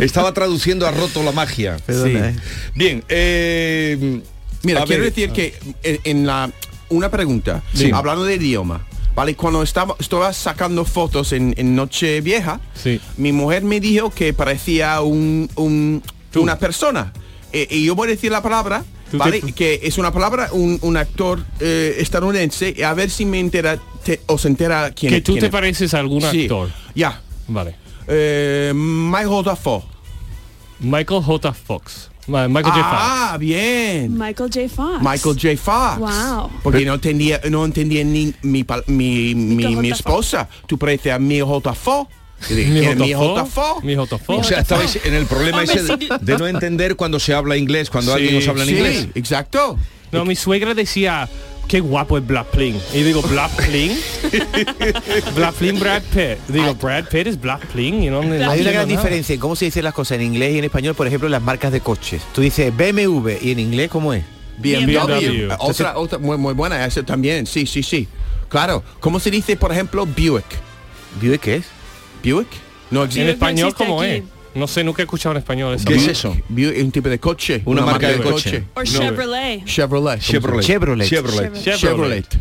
[SPEAKER 4] Estaba traduciendo a roto la magia.
[SPEAKER 7] Perdona,
[SPEAKER 8] Sí.
[SPEAKER 7] ¿eh?
[SPEAKER 4] Bien, eh,
[SPEAKER 8] Mira,
[SPEAKER 4] a
[SPEAKER 8] quiero
[SPEAKER 4] ver,
[SPEAKER 8] decir que en, en la una pregunta,
[SPEAKER 4] Sí.
[SPEAKER 8] hablando de idioma, ¿vale? Cuando estaba, estaba sacando fotos en, en Noche Vieja,
[SPEAKER 6] Sí.
[SPEAKER 8] mi mujer me dijo que parecía un, un- una persona. Eh, y yo voy a decir la palabra,
[SPEAKER 6] Tú
[SPEAKER 8] ¿vale?
[SPEAKER 6] te-
[SPEAKER 8] Que es una palabra, un, un actor eh, estadounidense, y a ver si me entera, te- os entera quién
[SPEAKER 6] Que tú
[SPEAKER 8] quién
[SPEAKER 6] te
[SPEAKER 8] es.
[SPEAKER 6] pareces a algún
[SPEAKER 8] Sí,
[SPEAKER 6] actor.
[SPEAKER 8] Ya.
[SPEAKER 6] Vale.
[SPEAKER 8] Eh, Michael Dafoe.
[SPEAKER 6] Michael J. Fox. Ma- Michael J. Fox.
[SPEAKER 8] Ah, bien.
[SPEAKER 5] Michael J. Fox.
[SPEAKER 8] Michael J. Fox.
[SPEAKER 5] Wow.
[SPEAKER 8] Porque no entendía, no entendía ni mi, pal- mi, mi,
[SPEAKER 5] J.
[SPEAKER 8] mi
[SPEAKER 5] Fox.
[SPEAKER 8] esposa. Tú pareces a mi J. Fox. Y dije,
[SPEAKER 6] Mi
[SPEAKER 8] ¿quién es Mi
[SPEAKER 6] J.
[SPEAKER 8] J.
[SPEAKER 6] Fox. Mi J.
[SPEAKER 4] o
[SPEAKER 6] Fox.
[SPEAKER 4] sea, estabais en el problema
[SPEAKER 5] Hombre,
[SPEAKER 4] ese de,
[SPEAKER 5] sí.
[SPEAKER 4] de no entender cuando se habla inglés, cuando
[SPEAKER 6] Sí,
[SPEAKER 4] alguien nos habla en
[SPEAKER 8] Sí,
[SPEAKER 4] inglés.
[SPEAKER 8] exacto.
[SPEAKER 6] No, mi suegra decía, qué guapo es Black Plin. Y digo, Black Plin. Black Plin Brad Pitt. Digo, Brad Pitt es Black Plin. You know, no
[SPEAKER 7] Hay una
[SPEAKER 6] entiendo
[SPEAKER 7] gran
[SPEAKER 6] nada.
[SPEAKER 7] diferencia en cómo se dicen las cosas en inglés y en español, por ejemplo, las marcas de coches. Tú dices BMW y en inglés, ¿cómo es?
[SPEAKER 8] Bien,
[SPEAKER 6] BMW.
[SPEAKER 8] Otra, otra muy, muy buena esa también. Sí, sí, sí. Claro. ¿Cómo se dice, por ejemplo, Buick?
[SPEAKER 7] ¿Vive qué es?
[SPEAKER 8] ¿Buick? No
[SPEAKER 6] En
[SPEAKER 5] Buick
[SPEAKER 8] existe.
[SPEAKER 5] no
[SPEAKER 6] español,
[SPEAKER 5] existe
[SPEAKER 6] ¿cómo
[SPEAKER 5] aquí.
[SPEAKER 6] es? No sé, nunca he escuchado en español esa
[SPEAKER 4] ¿Qué es
[SPEAKER 6] palabra.
[SPEAKER 4] eso?
[SPEAKER 8] View es un tipo de coche.
[SPEAKER 4] Una marca de coche.
[SPEAKER 5] Or Chevrolet.
[SPEAKER 8] Chevrolet. ¿cómo se llama?
[SPEAKER 4] Chevrolet.
[SPEAKER 7] Chevrolet.
[SPEAKER 4] Chevrolet.
[SPEAKER 8] Chevrolet.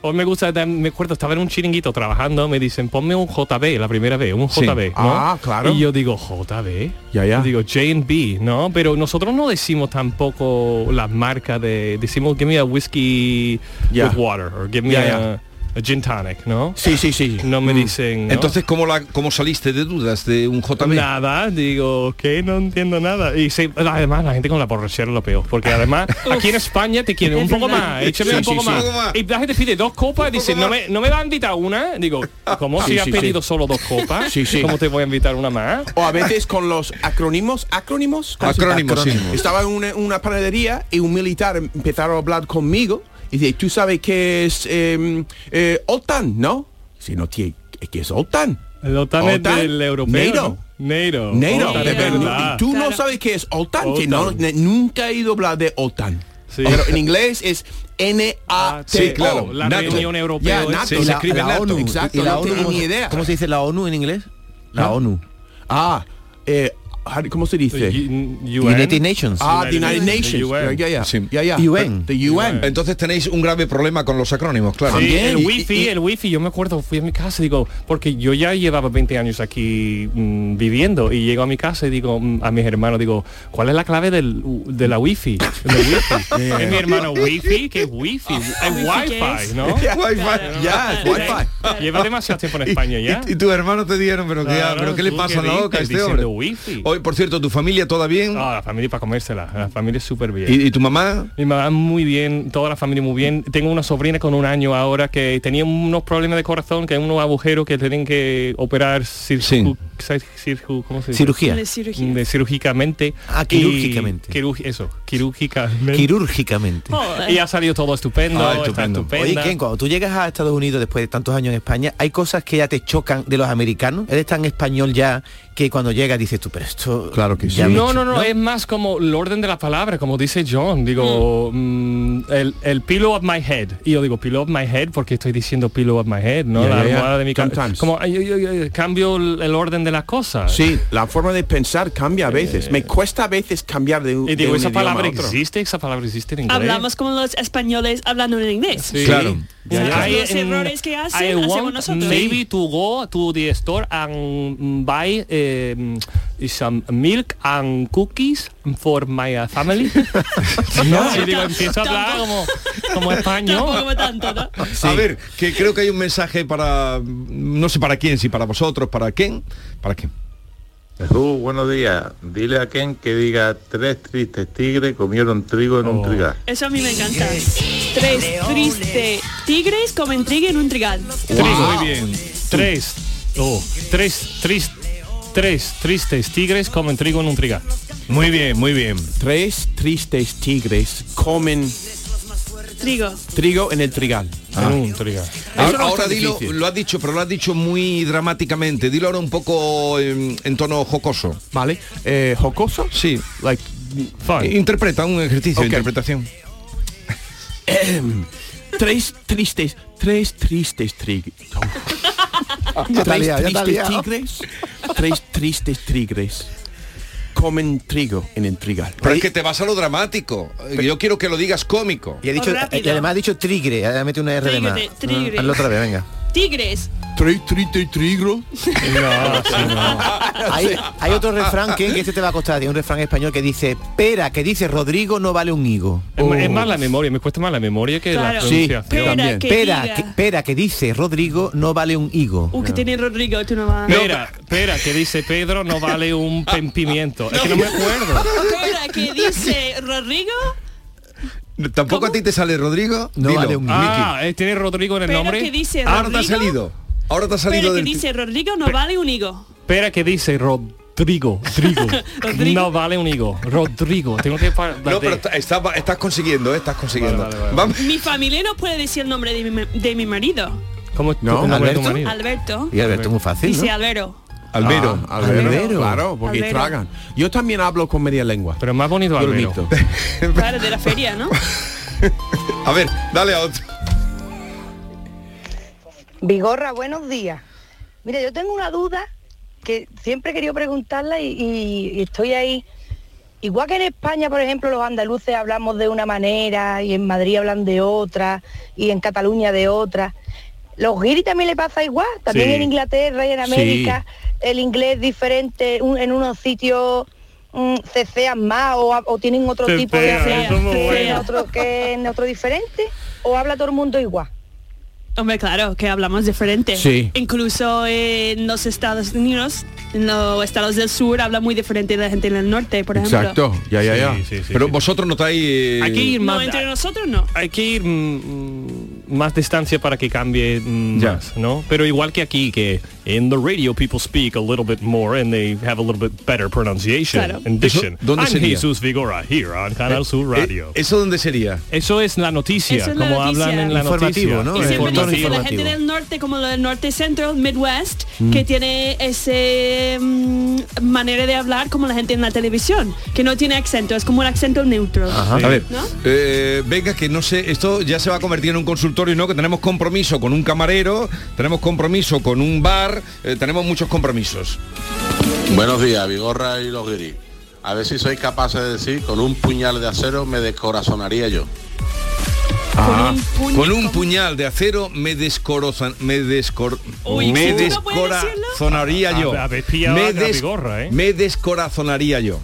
[SPEAKER 6] Hoy me gusta, tam- me acuerdo, estaba en un chiringuito trabajando, me dicen, ponme un JB, la primera vez, un
[SPEAKER 4] Sí.
[SPEAKER 6] JB. ¿no?
[SPEAKER 8] Ah, claro.
[SPEAKER 6] Y yo digo, JB.
[SPEAKER 8] Ya, ya.
[SPEAKER 6] Digo, JB, ¿no? Pero nosotros no decimos tampoco las marcas de. Decimos, give me a whiskey
[SPEAKER 8] Ya.
[SPEAKER 6] with water, or give me
[SPEAKER 8] Ya,
[SPEAKER 6] a,
[SPEAKER 8] ya.
[SPEAKER 6] a gin tonic, ¿no?
[SPEAKER 8] Sí, sí, sí.
[SPEAKER 6] No me dicen. ¿no?
[SPEAKER 4] Mm. Entonces, ¿cómo, la, ¿cómo saliste de dudas de un JB?
[SPEAKER 6] Nada, digo, que no entiendo nada. Y se- además la gente con la borrachera es lo peor, porque además aquí en España te quieren un poco más, échame
[SPEAKER 4] Sí,
[SPEAKER 6] un
[SPEAKER 4] sí,
[SPEAKER 6] poco
[SPEAKER 4] sí. Un
[SPEAKER 6] más.
[SPEAKER 4] poco más.
[SPEAKER 6] Y la gente pide dos copas y dice, no me, no me va a invitar una. Digo, ¿cómo
[SPEAKER 8] Sí,
[SPEAKER 6] si has
[SPEAKER 8] sí,
[SPEAKER 6] pedido
[SPEAKER 8] sí.
[SPEAKER 6] solo dos copas?
[SPEAKER 8] Sí, sí.
[SPEAKER 6] ¿Cómo te voy a invitar una más?
[SPEAKER 8] O a veces con los acrónimos, acrónimos. ¿Cómo se llama?
[SPEAKER 4] Acrónimos, sí.
[SPEAKER 8] Estaba en una, una panadería y un militar empezaron a hablar conmigo y dice, ¿tú sabes qué es eh, eh, OTAN, no? Si no, tío, ¿qué es OTAN?
[SPEAKER 6] El OTAN es
[SPEAKER 8] ¿OTAN?
[SPEAKER 6] del europeo.
[SPEAKER 8] Neiro.
[SPEAKER 6] ¿no? Neiro.
[SPEAKER 8] Neiro,
[SPEAKER 6] OTAN,
[SPEAKER 8] de
[SPEAKER 6] es
[SPEAKER 8] verdad.
[SPEAKER 6] verdad.
[SPEAKER 8] Y tú no
[SPEAKER 5] Claro.
[SPEAKER 8] sabes qué es OTAN, que no,
[SPEAKER 6] OTAN.
[SPEAKER 8] ne- nunca he ido a hablar de OTAN.
[SPEAKER 6] Sí.
[SPEAKER 8] Pero en inglés es
[SPEAKER 6] Ah, sí,
[SPEAKER 8] Oh, N-A-T-O.
[SPEAKER 6] claro. La
[SPEAKER 4] NATO.
[SPEAKER 6] reunión europea.
[SPEAKER 8] Ya,
[SPEAKER 6] es-
[SPEAKER 8] NATO.
[SPEAKER 4] Sí,
[SPEAKER 7] Y
[SPEAKER 4] se
[SPEAKER 7] la,
[SPEAKER 4] escribe
[SPEAKER 7] la
[SPEAKER 4] NATO.
[SPEAKER 7] ONU.
[SPEAKER 8] Exacto,
[SPEAKER 7] y la
[SPEAKER 8] no
[SPEAKER 7] ONU,
[SPEAKER 8] tengo
[SPEAKER 7] ¿cómo
[SPEAKER 8] ni
[SPEAKER 7] se-
[SPEAKER 8] idea.
[SPEAKER 7] ¿Cómo se dice la ONU en inglés? La ONU.
[SPEAKER 8] Ah, eh, ¿cómo se dice?
[SPEAKER 6] Y- UN.
[SPEAKER 7] United Nations.
[SPEAKER 8] Ah, the United
[SPEAKER 6] United
[SPEAKER 8] Nations.
[SPEAKER 6] Nations. The UN.
[SPEAKER 8] Ya, ya,
[SPEAKER 4] Sí.
[SPEAKER 8] ya, ya.
[SPEAKER 7] UN.
[SPEAKER 8] The UN.
[SPEAKER 4] Entonces tenéis un grave problema con los acrónimos, claro.
[SPEAKER 6] Sí,
[SPEAKER 8] También, y-
[SPEAKER 6] el wifi,
[SPEAKER 8] y-
[SPEAKER 6] el wifi, yo me acuerdo, fui a mi casa y digo, porque yo ya llevaba 20 años aquí mm, viviendo y llego a mi casa y digo mm, a mis hermanos, digo, ¿cuál es la clave del, de la wifi? Del wifi. Es mi hermano wifi, que es
[SPEAKER 1] Ah,
[SPEAKER 6] wifi, es
[SPEAKER 5] ¿Wifi qué
[SPEAKER 6] wifi,
[SPEAKER 5] es?
[SPEAKER 6] ¿no?
[SPEAKER 4] Wi-Fi.
[SPEAKER 8] Ya, es Wi-Fi.
[SPEAKER 6] Lleva demasiado tiempo en España ya.
[SPEAKER 4] Y, y tus hermanos te dieron, pero, qué-
[SPEAKER 6] Claro,
[SPEAKER 4] pero ¿qué le
[SPEAKER 6] tú
[SPEAKER 4] pasa
[SPEAKER 6] qué
[SPEAKER 4] en la boca a
[SPEAKER 6] dices,
[SPEAKER 4] este hombre?
[SPEAKER 6] diciendo wifi.
[SPEAKER 4] Hoy, por cierto, ¿tu familia toda bien?
[SPEAKER 6] Ah, la familia para comérsela, la familia es súper bien.
[SPEAKER 4] ¿Y, y tu mamá?
[SPEAKER 6] Mi mamá muy bien, toda la familia muy bien. Tengo una sobrina con un año ahora que tenía unos problemas de corazón, que hay unos agujeros que tienen que operar circu- circu- ¿cómo se dice?
[SPEAKER 7] Cirugía.
[SPEAKER 5] Una cirugía.
[SPEAKER 6] De cirúrgicamente.
[SPEAKER 7] Ah,
[SPEAKER 6] y-
[SPEAKER 7] quirúrgicamente.
[SPEAKER 6] quirú- eso, quirúrgicamente.
[SPEAKER 7] Quirúrgicamente.
[SPEAKER 6] y ha salido todo estupendo,
[SPEAKER 4] Ah,
[SPEAKER 6] está
[SPEAKER 4] estupendo.
[SPEAKER 6] estupenda.
[SPEAKER 7] Oye, Ken, cuando tú llegas a Estados Unidos después de tantos años en España, ¿hay cosas que ya te chocan de los americanos? Eres tan español ya que cuando llegas dices tú, pero esto...
[SPEAKER 8] Claro que
[SPEAKER 7] ya
[SPEAKER 8] sí.
[SPEAKER 7] me
[SPEAKER 6] no,
[SPEAKER 7] cho-
[SPEAKER 6] no, no, es más como el orden de la palabra, como dice John. Digo, mm, el, el pillow of my head. Y yo digo, pillow of my head porque estoy diciendo pillow of my head, ¿no?
[SPEAKER 8] Ya,
[SPEAKER 6] la
[SPEAKER 8] ya, ya.
[SPEAKER 6] almohada de mi cabeza.
[SPEAKER 8] Sometimes.
[SPEAKER 6] Como ay, ay, ay, ay, cambio el, el orden de las cosas.
[SPEAKER 8] Sí, la forma de pensar cambia a veces. Me cuesta a veces cambiar de, un-
[SPEAKER 6] Eh. Y
[SPEAKER 8] de
[SPEAKER 6] digo,
[SPEAKER 8] un
[SPEAKER 6] esa
[SPEAKER 8] idioma a
[SPEAKER 6] palabra
[SPEAKER 8] otro.
[SPEAKER 6] existe, esa palabra existe en inglés.
[SPEAKER 5] Hablamos como los españoles hablando en inglés.
[SPEAKER 6] Sí.
[SPEAKER 4] Claro.
[SPEAKER 5] Ya, ya.
[SPEAKER 6] I-
[SPEAKER 5] Los
[SPEAKER 6] en-
[SPEAKER 5] errores que hacen,
[SPEAKER 6] I
[SPEAKER 5] hacemos
[SPEAKER 6] want
[SPEAKER 5] nosotros.
[SPEAKER 6] Maybe to go to the store and buy eh, some milk and cookies for my uh, family. no, y digo, empiezo a hablar como, como
[SPEAKER 5] Tampoco
[SPEAKER 6] español.
[SPEAKER 5] como tanto, ¿no?
[SPEAKER 4] Ah, A ver, que creo que hay un mensaje para, no sé para quién, si para vosotros, para quién, para quién.
[SPEAKER 9] Jesús, buenos días. Dile a Ken que diga tres tristes tigres comieron trigo en
[SPEAKER 6] Oh.
[SPEAKER 9] un trigal.
[SPEAKER 5] Eso a mí me encanta. Tres triste tigres comen trigo en un trigal.
[SPEAKER 6] Trigo. Muy bien. Tres, oh, tres, tris- tres tristes tigres comen trigo en un trigal.
[SPEAKER 4] Muy bien, muy bien.
[SPEAKER 8] Tres tristes tigres comen
[SPEAKER 5] Trigo.
[SPEAKER 8] trigo en el trigal.
[SPEAKER 6] En un trigal.
[SPEAKER 4] Ahora,
[SPEAKER 8] no
[SPEAKER 4] Ah, ahora
[SPEAKER 8] está
[SPEAKER 4] dilo,
[SPEAKER 8] difícil.
[SPEAKER 4] lo has dicho, pero lo has dicho muy dramáticamente. Dilo ahora un poco en, en tono jocoso.
[SPEAKER 8] ¿Vale? Eh, ¿Jocoso?
[SPEAKER 4] Sí. Eh,
[SPEAKER 8] Like,
[SPEAKER 6] Fine.
[SPEAKER 4] Interpreta un ejercicio de
[SPEAKER 8] Ok.
[SPEAKER 4] interpretación.
[SPEAKER 8] Em, tres tristes, tres tristes tigres. tres
[SPEAKER 7] liado, ya está
[SPEAKER 8] tristes
[SPEAKER 7] liado.
[SPEAKER 8] tigres. Tres tristes tigres comen trigo en el trigal.
[SPEAKER 4] Pero es que te vas a lo dramático. Yo quiero que lo digas cómico.
[SPEAKER 7] Y, ha dicho,
[SPEAKER 8] eh,
[SPEAKER 5] Rápido.
[SPEAKER 7] y además ha dicho trigre, ha metido una R de más.
[SPEAKER 5] Trigre, trigre.
[SPEAKER 7] Mm, Hazlo otra vez, venga.
[SPEAKER 5] Tigres.
[SPEAKER 8] Tres tristes tigres.
[SPEAKER 7] Hay, hay otro refrán, Ken, que este te va a costar, tiene un refrán español que dice, pera, que dice Rodrigo no vale un higo. Oh.
[SPEAKER 6] Es, ma- es más la memoria, me cuesta más la memoria que la
[SPEAKER 5] Claro. Sí,
[SPEAKER 6] pronunciación.
[SPEAKER 5] Pera
[SPEAKER 8] también.
[SPEAKER 5] que
[SPEAKER 7] Pera,
[SPEAKER 5] diga.
[SPEAKER 7] que, pera, que dice Rodrigo no vale un higo.
[SPEAKER 5] Uh, que tiene Rodrigo, tú no vas.
[SPEAKER 6] Pera, pera, que dice Pedro no vale un
[SPEAKER 4] Ah,
[SPEAKER 6] pen- pimiento. Es que no me acuerdo.
[SPEAKER 5] Pera, que dice Rodrigo.
[SPEAKER 4] ¿Tampoco a ti te sale, Rodrigo?
[SPEAKER 7] No
[SPEAKER 4] Dilo.
[SPEAKER 7] vale un-
[SPEAKER 6] Ah, eh, tiene Rodrigo en el
[SPEAKER 5] Pera,
[SPEAKER 6] nombre.
[SPEAKER 5] que dice
[SPEAKER 4] Ahora te ha
[SPEAKER 5] Rodrigo.
[SPEAKER 4] salido. Ahora te ha
[SPEAKER 5] Pera,
[SPEAKER 4] salido
[SPEAKER 5] que
[SPEAKER 4] del...
[SPEAKER 5] dice Rodrigo no vale un higo.
[SPEAKER 6] Pera, que dice Rodrigo. Trigo.
[SPEAKER 5] Rodrigo.
[SPEAKER 6] No vale un higo. Rodrigo. Tengo que pa- la
[SPEAKER 4] No, pero
[SPEAKER 6] D.
[SPEAKER 4] está- estás estás consiguiendo, eh, estás consiguiendo.
[SPEAKER 6] Vale, vale, vale.
[SPEAKER 4] Vamos.
[SPEAKER 5] Mi familia no puede decir el nombre de mi, de mi marido.
[SPEAKER 6] ¿Cómo es tu-
[SPEAKER 8] No,
[SPEAKER 6] el nombre de tu
[SPEAKER 7] Alberto.
[SPEAKER 6] marido?
[SPEAKER 5] Alberto.
[SPEAKER 7] Y Alberto, muy fácil,
[SPEAKER 5] Dice
[SPEAKER 7] ¿no?
[SPEAKER 5] Albero.
[SPEAKER 4] Albero.
[SPEAKER 8] Ah, albero.
[SPEAKER 7] Albero.
[SPEAKER 8] Claro, porque
[SPEAKER 5] Albero.
[SPEAKER 8] tragan. Yo también hablo con media lengua.
[SPEAKER 6] Pero más bonito
[SPEAKER 8] Yo lo
[SPEAKER 6] Albero.
[SPEAKER 8] admito.
[SPEAKER 5] Claro, de la feria, ¿no?
[SPEAKER 4] A ver, dale a otro.
[SPEAKER 10] Vigorra, buenos días. Mira, yo tengo una duda que siempre he querido preguntarla y, y- y estoy ahí. Igual que en España, por ejemplo, los andaluces hablamos de una manera y en Madrid hablan de otra y en Cataluña de otra. Los guiris también le pasa igual, también
[SPEAKER 11] Sí.
[SPEAKER 10] en Inglaterra y en
[SPEAKER 11] Sí.
[SPEAKER 10] América el inglés es diferente, un- en unos sitios mm, cesean más o, ha- o tienen otro
[SPEAKER 11] Cecean,
[SPEAKER 10] tipo de
[SPEAKER 11] eso es muy
[SPEAKER 10] que en
[SPEAKER 11] bueno.
[SPEAKER 10] otro, que en otro diferente o habla todo el mundo igual.
[SPEAKER 5] Hombre, claro, que hablamos diferente.
[SPEAKER 10] Sí.
[SPEAKER 5] Incluso en los Estados Unidos, en los estados del sur, habla muy diferente de la gente en el norte, por ejemplo.
[SPEAKER 4] Exacto, ya, ya, ya. Pero vosotros notáis... eh,
[SPEAKER 6] Hay que ir
[SPEAKER 5] No,
[SPEAKER 6] más,
[SPEAKER 5] entre nosotros no.
[SPEAKER 6] hay que ir mm, mm, más distancia para que cambie mm, más, ¿no? Pero igual que aquí, que en the radio people speak a little bit more and they have a little bit better pronunciation
[SPEAKER 4] Claro.
[SPEAKER 6] and diction.
[SPEAKER 4] Eso, ¿dónde
[SPEAKER 6] I'm
[SPEAKER 4] sería?
[SPEAKER 6] Jesús Vigora here on Canal Sur
[SPEAKER 4] eh,
[SPEAKER 6] Radio.
[SPEAKER 4] ¿Eso dónde sería?
[SPEAKER 6] Eso es la noticia,
[SPEAKER 5] Eso es la
[SPEAKER 6] como
[SPEAKER 5] noticia.
[SPEAKER 6] hablan en la
[SPEAKER 7] Informativo,
[SPEAKER 6] noticia.
[SPEAKER 7] ¿no?
[SPEAKER 5] Y siempre
[SPEAKER 6] Informativo.
[SPEAKER 5] dice la gente del norte, como lo del norte centro, Midwest,
[SPEAKER 6] Mm.
[SPEAKER 5] que tiene ese mm, manera de hablar como la gente en la televisión, que no tiene acento, es como un acento neutro.
[SPEAKER 4] Ajá. A ver,
[SPEAKER 5] ¿no?
[SPEAKER 4] eh, venga, que no sé, esto ya se va a convertir en un consultorio, ¿no? Que tenemos compromiso con un camarero, tenemos compromiso con un bar, eh, tenemos muchos compromisos.
[SPEAKER 12] Buenos días, Vigorra y los guiris. A ver si sois capaces de decir, con un puñal de acero me descorazonaría yo.
[SPEAKER 4] Ah,
[SPEAKER 12] Con un puñal-
[SPEAKER 4] con un puñal de acero me descorozan, me descor,
[SPEAKER 12] Uy,
[SPEAKER 4] me
[SPEAKER 12] ¿sí? ¿No puede
[SPEAKER 4] descorazonaria
[SPEAKER 6] decirlo?
[SPEAKER 4] yo.
[SPEAKER 6] A- habéis pillado a
[SPEAKER 4] des-
[SPEAKER 6] Gabigorra, ¿eh? Ah,
[SPEAKER 4] me descorazonaría yo.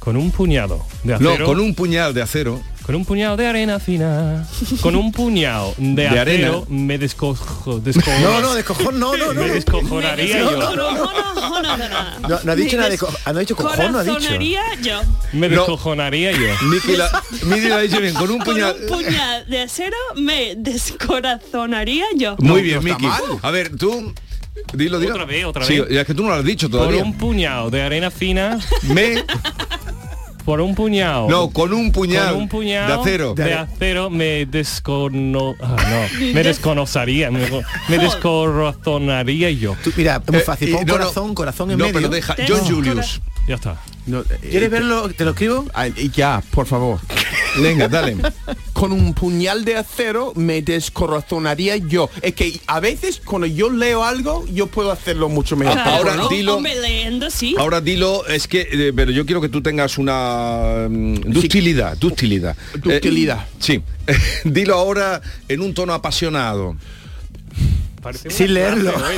[SPEAKER 6] Con un puñado de acero.
[SPEAKER 4] No, con un puñal de acero.
[SPEAKER 6] Con un puñado de arena fina. Con un puñado de,
[SPEAKER 4] De
[SPEAKER 6] acero
[SPEAKER 4] arena.
[SPEAKER 6] me descojo. descojo-
[SPEAKER 7] No, no, descojón, no, no, no.
[SPEAKER 6] Me descojonaría
[SPEAKER 7] No,
[SPEAKER 6] yo.
[SPEAKER 7] no, no, no. No, no ha dicho nada de co- ah, no ha dicho cojón, no ha dicho.
[SPEAKER 5] Corazonaría yo.
[SPEAKER 6] Me descojonaría yo.
[SPEAKER 4] Miki la, Miki lo ha dicho bien, con un puñal.
[SPEAKER 5] Puñal de acero me descorazonaría yo.
[SPEAKER 4] Muy bien, Miki. A ver, tú. Dilo, dilo.
[SPEAKER 6] Otra vez, otra
[SPEAKER 4] Sí,
[SPEAKER 6] vez.
[SPEAKER 4] es que tú no lo has dicho
[SPEAKER 6] Por
[SPEAKER 4] todavía.
[SPEAKER 6] un puñado de arena fina.
[SPEAKER 4] Me.
[SPEAKER 6] Por un puñado.
[SPEAKER 4] No, con un puñal.
[SPEAKER 6] Con un puñado
[SPEAKER 4] de acero.
[SPEAKER 6] de acero me descono... ah, no, me desconocería, me, me descorazonaría yo. Eh,
[SPEAKER 7] Mira,
[SPEAKER 8] Eh,
[SPEAKER 7] es muy fácil. Pon corazón, corazón en medio. eh,
[SPEAKER 6] Ya está.
[SPEAKER 7] ¿Quieres verlo? ¿Te lo escribo?
[SPEAKER 8] ya, por favor.
[SPEAKER 4] Venga, dale.
[SPEAKER 8] Con un puñal de acero me descorazonaría yo. Es que a veces cuando yo leo algo, yo puedo hacerlo mucho mejor.
[SPEAKER 4] Ah, ahora
[SPEAKER 5] Claro,
[SPEAKER 4] dilo.
[SPEAKER 5] Hombre, leyendo, sí.
[SPEAKER 4] Ahora dilo, es que, eh, pero yo quiero que tú tengas una mm, ductilidad, ductilidad.
[SPEAKER 8] Ductilidad.
[SPEAKER 4] Eh, sí. dilo ahora en un tono apasionado.
[SPEAKER 7] Sin leerlo.
[SPEAKER 5] Claro,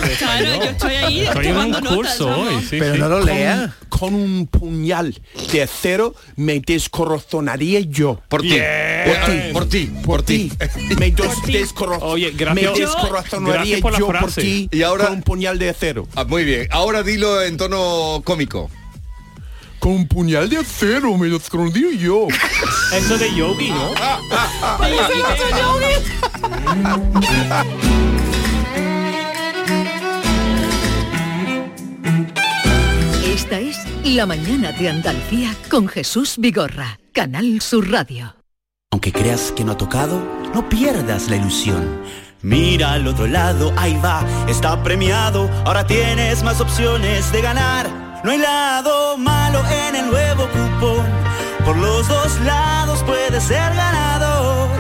[SPEAKER 5] yo estoy ahí
[SPEAKER 4] Estoy en un
[SPEAKER 5] tomando notas,
[SPEAKER 4] curso
[SPEAKER 5] vamos.
[SPEAKER 4] hoy, sí, Pero sí. no lo
[SPEAKER 8] Con-
[SPEAKER 4] lea.
[SPEAKER 8] Con, un puñal de acero me descorazonaría yo.
[SPEAKER 4] Por ti. Por ti. Por ti.
[SPEAKER 8] Me dos- descoro- me descorazonaría yo por ti.
[SPEAKER 4] Y ahora
[SPEAKER 8] con un puñal de acero.
[SPEAKER 4] Ah, muy bien. Ahora dilo en tono cómico.
[SPEAKER 8] Con un puñal de acero me descorazonaría yo.
[SPEAKER 6] Eso de yogi, ¿no?
[SPEAKER 8] ah.
[SPEAKER 2] Esta es La mañana de Andalucía con Jesús Vigorra, Canal Sur Radio.
[SPEAKER 13] Aunque creas que no ha tocado, no pierdas la ilusión. Mira al otro lado, ahí va, está premiado, ahora tienes más opciones de ganar. No hay lado malo en el nuevo cupón, por los dos lados puedes ser ganador.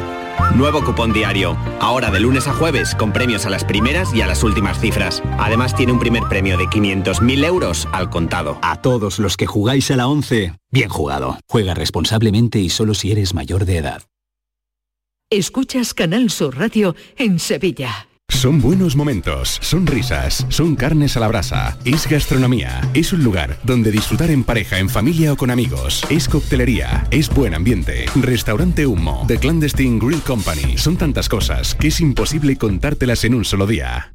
[SPEAKER 14] Nuevo cupón diario. Ahora de lunes a jueves con premios a las primeras y a las últimas cifras. Además tiene un primer premio de 500.000 euros al contado.
[SPEAKER 15] A todos los que jugáis a la 11, bien jugado. Juega responsablemente y solo si eres mayor de edad.
[SPEAKER 2] Escuchas Canal Sur Radio en Sevilla.
[SPEAKER 16] Son buenos momentos, son risas, son carnes a la brasa, es gastronomía, es un lugar donde disfrutar en pareja, en familia o con amigos, es coctelería, es buen ambiente, restaurante humo, The Clandestine Grill Company, son tantas cosas que es imposible contártelas en un solo día.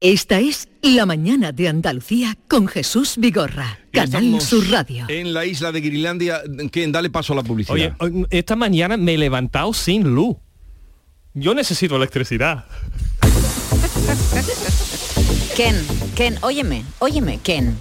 [SPEAKER 2] Esta es La mañana de Andalucía con Jesús Vigorra, Canal
[SPEAKER 4] Estamos
[SPEAKER 2] Sur Radio.
[SPEAKER 4] En la isla de Grilandia, que dale paso a la publicidad.
[SPEAKER 6] Oye, hoy- esta mañana me he levantado sin luz. Yo necesito electricidad.
[SPEAKER 17] Ken, Ken, óyeme, óyeme, Ken.